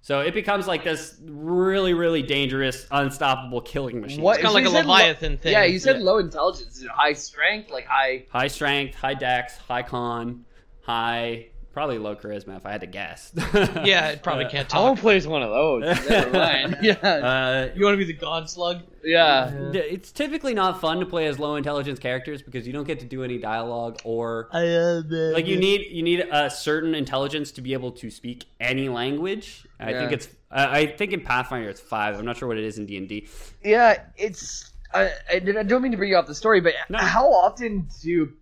So it becomes like this really, really dangerous, unstoppable killing machine. What? It's kinda so like you a said lo- Leviathan thing. Yeah, you said Yeah. low intelligence, Is it high strength, like high. High strength, high dex, high con, high probably low charisma if I had to guess. Yeah, it probably can't I talk. Uh, won't play as one of those. Never mind. Yeah. Uh, You want to be the god slug? yeah. d- it's typically not fun to play as low intelligence characters because you don't get to do any dialogue or like you need you need a certain intelligence to be able to speak any language. I think Yeah. it's I I think in Pathfinder it's five. I'm not sure what it is in D and D. Yeah, it's. I, I did- I don't mean to bring you off the story, but No. how often do?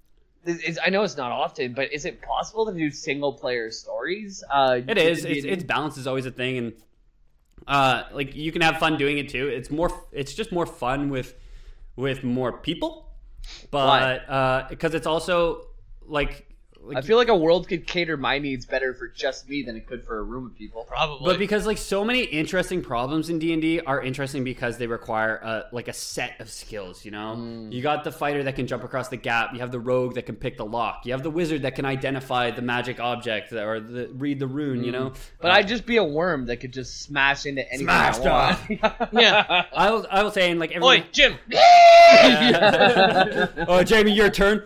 Is, is, I know it's not often, but is it possible to do single player stories? Uh, It is. It's, it's balance is always a thing, and uh, like you can have fun doing it too. It's more. It's just more fun with with more people, but because it's also like. I like feel like a world could cater my needs better for just me than it could for a room of people. Probably. but because like so many interesting problems in d&d are interesting because they require a, like a set of skills you know Mm. you got the fighter that can jump across the gap you have the rogue that can pick the lock you have the wizard that can identify the magic object or the, read the rune you know Mm. But I'd just be a worm that could just smash into anything Smashed I want. yeah. i will i will say and like everyone Oi, Jim. Yeah. oh, Jamie, your turn.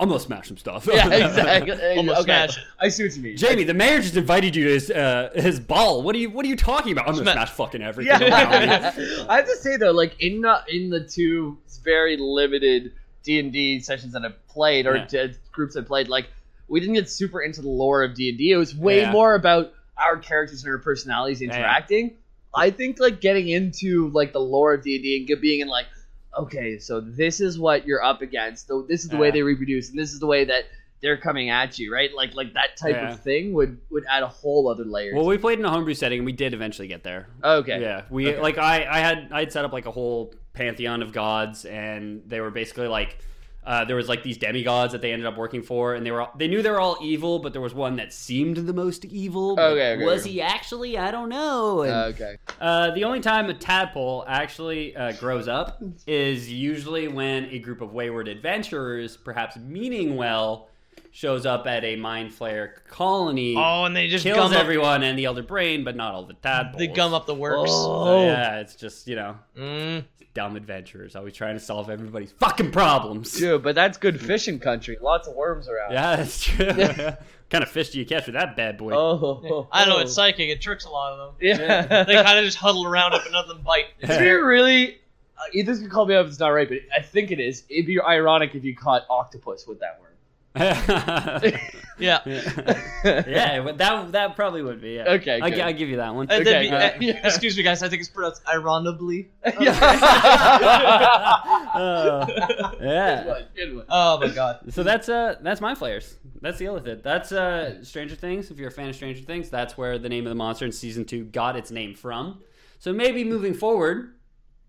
I'm gonna smash some stuff. yeah, exactly. Almost okay. smash. I see what you mean. Jamie, the mayor just invited you to his uh, his ball. What are you What are you talking about? I'm gonna Sma- smash fucking everything. yeah. I have to say though, like in the in the two very limited D and D sessions that I've played or Yeah. d- groups I played, like we didn't get super into the lore of D and D. It was way Yeah. more about our characters and our personalities interacting. I think like getting into like the lore of D and D and get- being in like, okay, so this is what you're up against. So this is the way Yeah. they reproduce, and this is the way that they're coming at you, right? Like like that type Yeah. of thing would would add a whole other layer. Well, to we played in a homebrew setting, and we did eventually get there. okay. Yeah, we Okay. like I I had I had set up like a whole pantheon of gods, and they were basically like. Uh, there was like these demigods that they ended up working for, and they were all, they knew they were all evil, but there was one that seemed the most evil. but Okay, okay, was okay. he actually? I don't know. And, Okay. uh, the only time a tadpole actually uh, grows up is usually when a group of wayward adventurers, perhaps meaning well, shows up at a mind flayer colony, Oh, and they just kills gum up, everyone and the elder brain, but not all the tadpoles. they gum up the works. So, Oh, yeah, it's just you know, Mm. dumb adventurers always trying to solve everybody's fucking problems. dude, but that's good fishing country. Lots of worms around. Yeah, that's true. kind of fish do you catch with that bad boy? Oh, oh, I know oh. it's psychic. It tricks a lot of them. Yeah. They kind of just huddle around it, but none of them bite. It's very really. Uh, you- this could call me up if it's not right, but I think it is. It'd be ironic if you caught octopus with that worm. Yeah. yeah, but that that probably would be. Yeah. Okay, I, good. will give you that one. And then Okay, be- uh, eh, yeah. Excuse me, guys. I think it's pronounced ironically. Uh, yeah. Good one. Oh my god. So that's uh that's my flares. That's the Illithid. That's uh Stranger Things. If you're a fan of Stranger Things, that's where the name of the monster in season two got its name from. So maybe moving forward,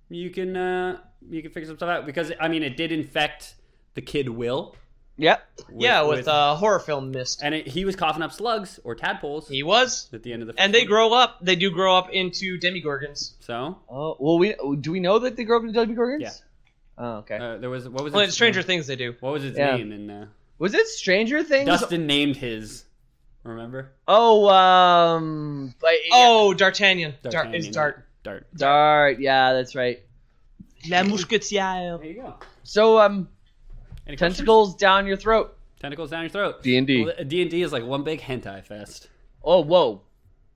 you can uh you can figure some stuff out because I mean it did infect the kid Will. Yep. with- yeah, with, uh, horror film mist. and it, he was coughing up slugs or tadpoles He was, at the end of the and first they one. grow up. They do grow up into demigorgons. So Oh well, we do we know that they grew up in Dudley Gorgons? Yeah. Oh, okay. uh, there was what was Well, its in Stranger Things, they do. What was its Yeah. name? And uh, was it Stranger Things? Dustin named his. Remember? Oh, um, but, Oh, D'Artagnan. Dart is D'Artagnan. Dart. Dart. Dart. Yeah, that's right. La Mousquetière. There you go. So, um, Any questions? tentacles down your throat. Tentacles down your throat. D and D. Well, D&D is like one big hentai fest. Oh, whoa,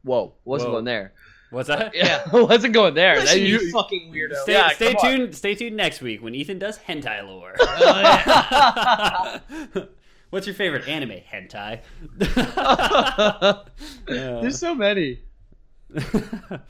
whoa, wasn't Whoa. going there. What's that? Yeah. wasn't going there. Listen, That- you, you- fucking weirdo. Stay, Yeah, stay come on. tuned. Stay tuned next week when Ethan does hentai lore. Oh, What's your favorite anime hentai? Uh, There's so many.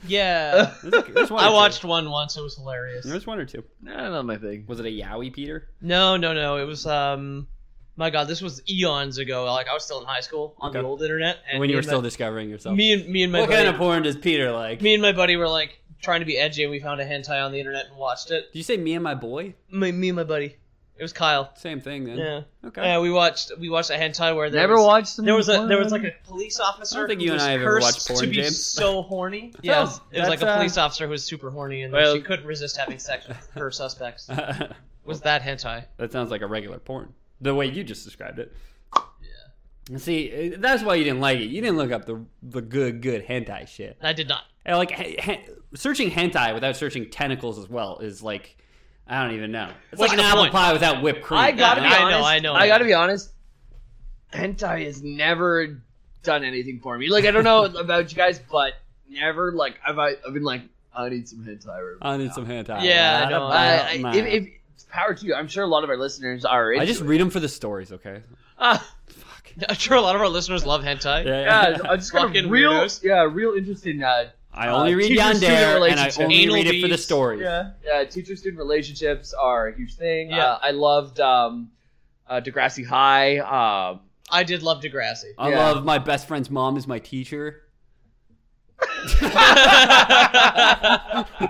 Yeah. there's- there's one or I two. watched one once. It was hilarious. There's one or two. Nah, not my thing. Was it a yaoi Peter? No, no, no. It was um, my God, this was eons ago. Like I was still in high school on the Okay. old internet, and when me you were and still my, discovering yourself. me and me and my what buddy, kind of porn does Peter like? me and my buddy were like trying to be edgy, and we found a hentai on the internet and watched it. Did you say me and my boy? Me, me and my buddy. It was Kyle. Same thing then. Yeah. Okay. Yeah, we watched we watched a hentai where there Never was, watched them. There was a before? there was like a police officer. I don't think who you and was I have ever watched cursed porn, to be James. so horny. Yeah, it was, it was like that's, a uh, police officer who was super horny and Well- she couldn't resist having sex with her suspects. that Was that hentai? sounds like a regular porn. The way you just described it. Yeah. See, uh, that's why you didn't like it. You didn't look up the the good good hentai shit. I did not. And, Like he, he- searching hentai without searching tentacles as well is like I don't even know. It's What's like an the apple point? pie without whipped cream. I gotta be you know? I know, honest. I know. I gotta be honest. Hentai has never done anything for me. Like I don't know about you guys, but never like I've I- I've been like I need some hentai. Right I need now. some hentai. Yeah, Nah, I know. nah, I, nah. I, if, if it's power to you, I'm sure a lot of our listeners are. Into oh, I just it. read them for the stories, okay? Ah. Fuck. I'm sure a lot of our listeners love hentai. yeah, I just got a Fucking real weirdos. yeah, real interest in uh, I Uh, only read Yandere, teacher-student and I relationship. only Anal read it for the beads. stories. yeah, teacher student relationships are a huge thing. Yeah. Uh, I loved um, uh, Degrassi High. Um, I did love Degrassi. I Yeah. love my best friend's mom is my teacher.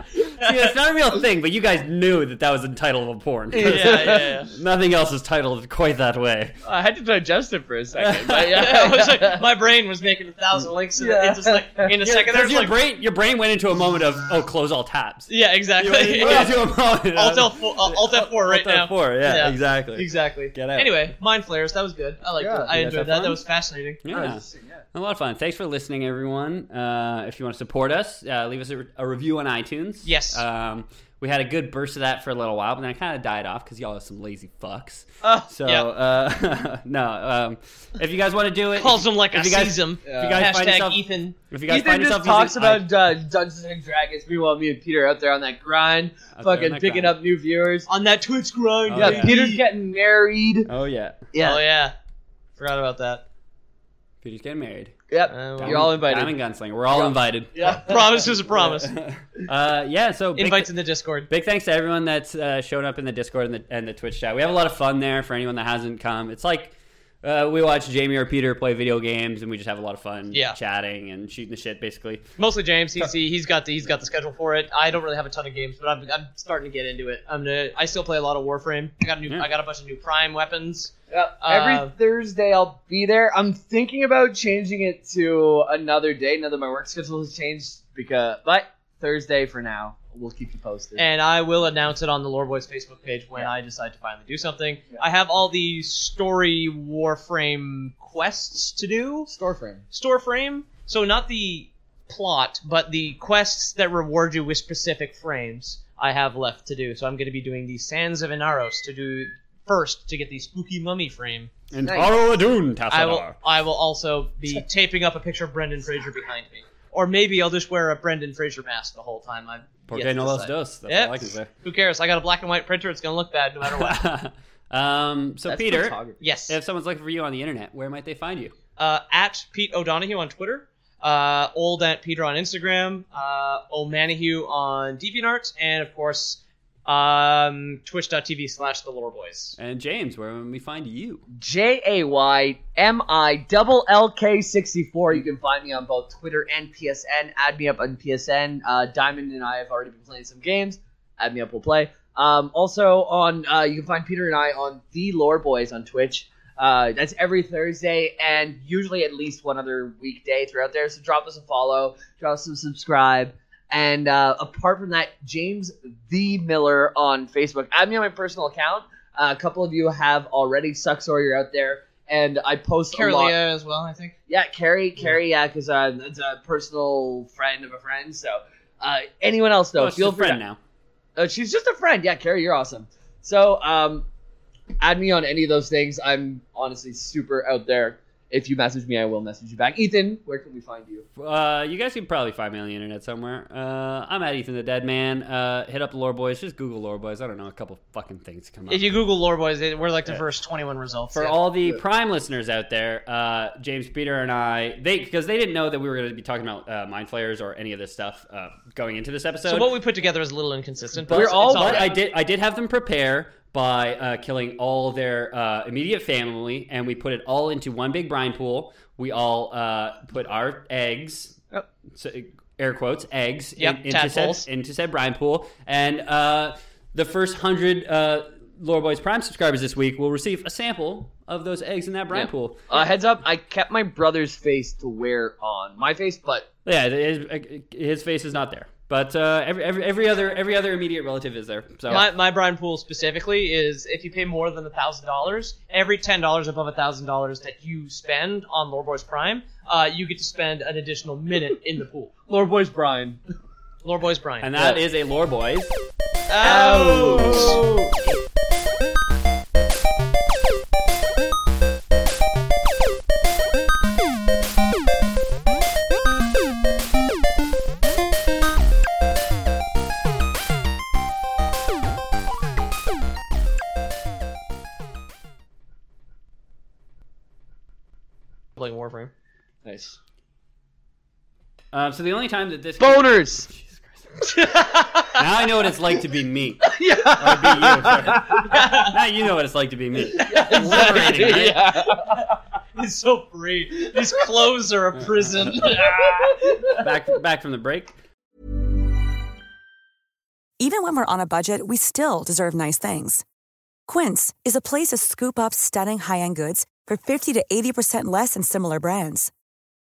See, it's not a real thing, but you guys knew that that was the title of a porn. Yeah, yeah, yeah. Nothing else is titled quite that way. I had to digest it for a second. But Yeah, yeah, it was like, my brain was making a thousand links, and Yeah. it's just like in a second, there Because was your like, brain, your brain went into a moment of oh, close all tabs. yeah, exactly. You went into a moment Alt of- F4, uh, Alt F4 Alt right now. F4, yeah, Yeah. exactly. Exactly. Get out. Anyway, mind flares. That was good. I liked it. I Yeah. You guys have enjoyed that. fun? That was fascinating. Yeah. A lot of fun. Thanks for listening, everyone. Uh, if you want to support us, uh, leave us a, a review on iTunes. Yes. Um, we had a good burst of that for a little while, but then it kind of died off because y'all are some lazy fucks. Oh, So, yeah. uh, no. Um, if you guys want to do it, Calls him like I you guys- sees him. if you guys Hashtag find yourself, Ethan. if you guys Ethan find just yourself talks using- about uh, Dungeons and Dragons. Meanwhile, me and Peter are out there on that grind, there on fucking that picking grind. up new viewers. On that Twitch grind. Oh, yeah, yeah. Peter's getting married. oh yeah, Yeah, Oh, yeah. Forgot about that. Peter's getting married. yep. Oh, You're all invited. Diamond Gunslinger, we're all invited. Uh, yeah, Promise is a promise. Uh, yeah. So big- Invites in the Discord. Big thanks to everyone that's uh, shown up in the Discord and the, and the Twitch chat. We have a lot of fun there for anyone that hasn't come. It's like Uh, we watch Jamie or Peter play video games, and we just have a lot of fun Yeah. chatting and shooting the shit, basically. Mostly James. He's he's got the he's got the schedule for it. I don't really have a ton of games, but I'm, I'm starting to get into it. I'm gonna, I still play a lot of Warframe. I got a new Yeah. I got a bunch of new Prime weapons. Yep. Uh, Every Thursday I'll be there. I'm thinking about changing it to another day now that my work schedule has changed because but Thursday for now. We'll keep you posted. and I will announce it on the Lore Boys Facebook page when I decide to finally do something. Yeah. I have all the story Warframe quests to do, Storeframe. store frame. So not the plot, but the quests that reward you with specific frames. I have left to do. So I'm going to be doing the Sands of Inaros to do first to get the spooky mummy frame. And Nice. Taro Adun, I will. I will also be taping up a picture of Brendan Fraser behind me. Or maybe I'll just wear a Brendan Fraser mask the whole time. I'm Porque no los dos. That's all I can say. who cares? I got a black and white printer. It's gonna look bad no matter what. um, so, That's Peter, photography. yes. if someone's looking for you on the internet, where might they find you? Uh, at Pete O'Donohue on Twitter. Uh, old at Peter on Instagram. Uh, O'Manahue on DeviantArt, and of course, um, Twitch.tv slash The Lore Boys. And James, where can we find you? J A Y M I double L K sixty four. You can find me on both Twitter and PSN. Add me up on PSN. Uh, Diamond and I have already been playing some games. Add me up, we'll play. Um, also on uh, you can find Peter and I on the Lore Boys on Twitch. Uh, that's every Thursday and usually at least one other weekday throughout there. So drop us a follow, drop us a subscribe. And uh, apart from that, James the Miller on Facebook. Add me on my personal account. Uh, a couple of you have already. Sucks or you're out there, and I post a lot. Carolia as well, I think. Yeah, Carrie, Carrie, yeah, because uh, that's a personal friend of a friend. So uh, anyone else though, oh, she's feel a free. friend to- now. Uh, she's just a friend. Yeah, Carrie, you're awesome. So um, add me on any of those things. I'm honestly super out there. If you message me, I will message you back. Ethan, where can we find you? Uh, you guys can probably find me on the internet somewhere. Uh, I'm at Ethan the Dead Man. Uh, hit up Lore Boys. Just Google Lore Boys. I don't know. A couple fucking things come up. If you Google Lore Boys, they- we're like the first 21 results. For Yeah. all the Prime listeners out there, uh, James, Peter, and I, they because they didn't know that we were going to be talking about uh, mind flayers or any of this stuff uh, going into this episode. so what we put together is a little inconsistent, but But- it's- it's all but right. I did I did have them prepare by uh, killing all their uh, immediate family, and we put it all into one big brine pool. We all uh, put our eggs, Yep. so, air quotes, eggs Oh. Yep, into, said, tadpoles. into said brine pool, and uh, the first hundred uh, Lore Boys Prime subscribers this week will receive a sample of those eggs in that brine Yeah. pool. Uh, heads up, I kept my brother's face to wear on my face, but Yeah, his, his face is not there, but uh, every, every every other every other immediate relative is there. So My, my brine pool specifically is if you pay more than thousand dollars, every ten dollars above thousand dollars that you spend on Lord Boys Prime, uh, you get to spend an additional minute in the pool. Lord Boys Brian. Lord Boys Prime. and that is a Lore Boys. Ouch. Playing Warframe. Nice. Um, so the only time that this Boners! Jesus Christ. now I know what it's like to be me. Or be you. sorry. now you know what it's like to be me. Liberating, right? Yeah. He's so free. His clothes are a prison. Back back from the break. Even when we're on a budget, we still deserve nice things. Quince is a place to scoop up stunning high end goods for 50 to 80% less than similar brands.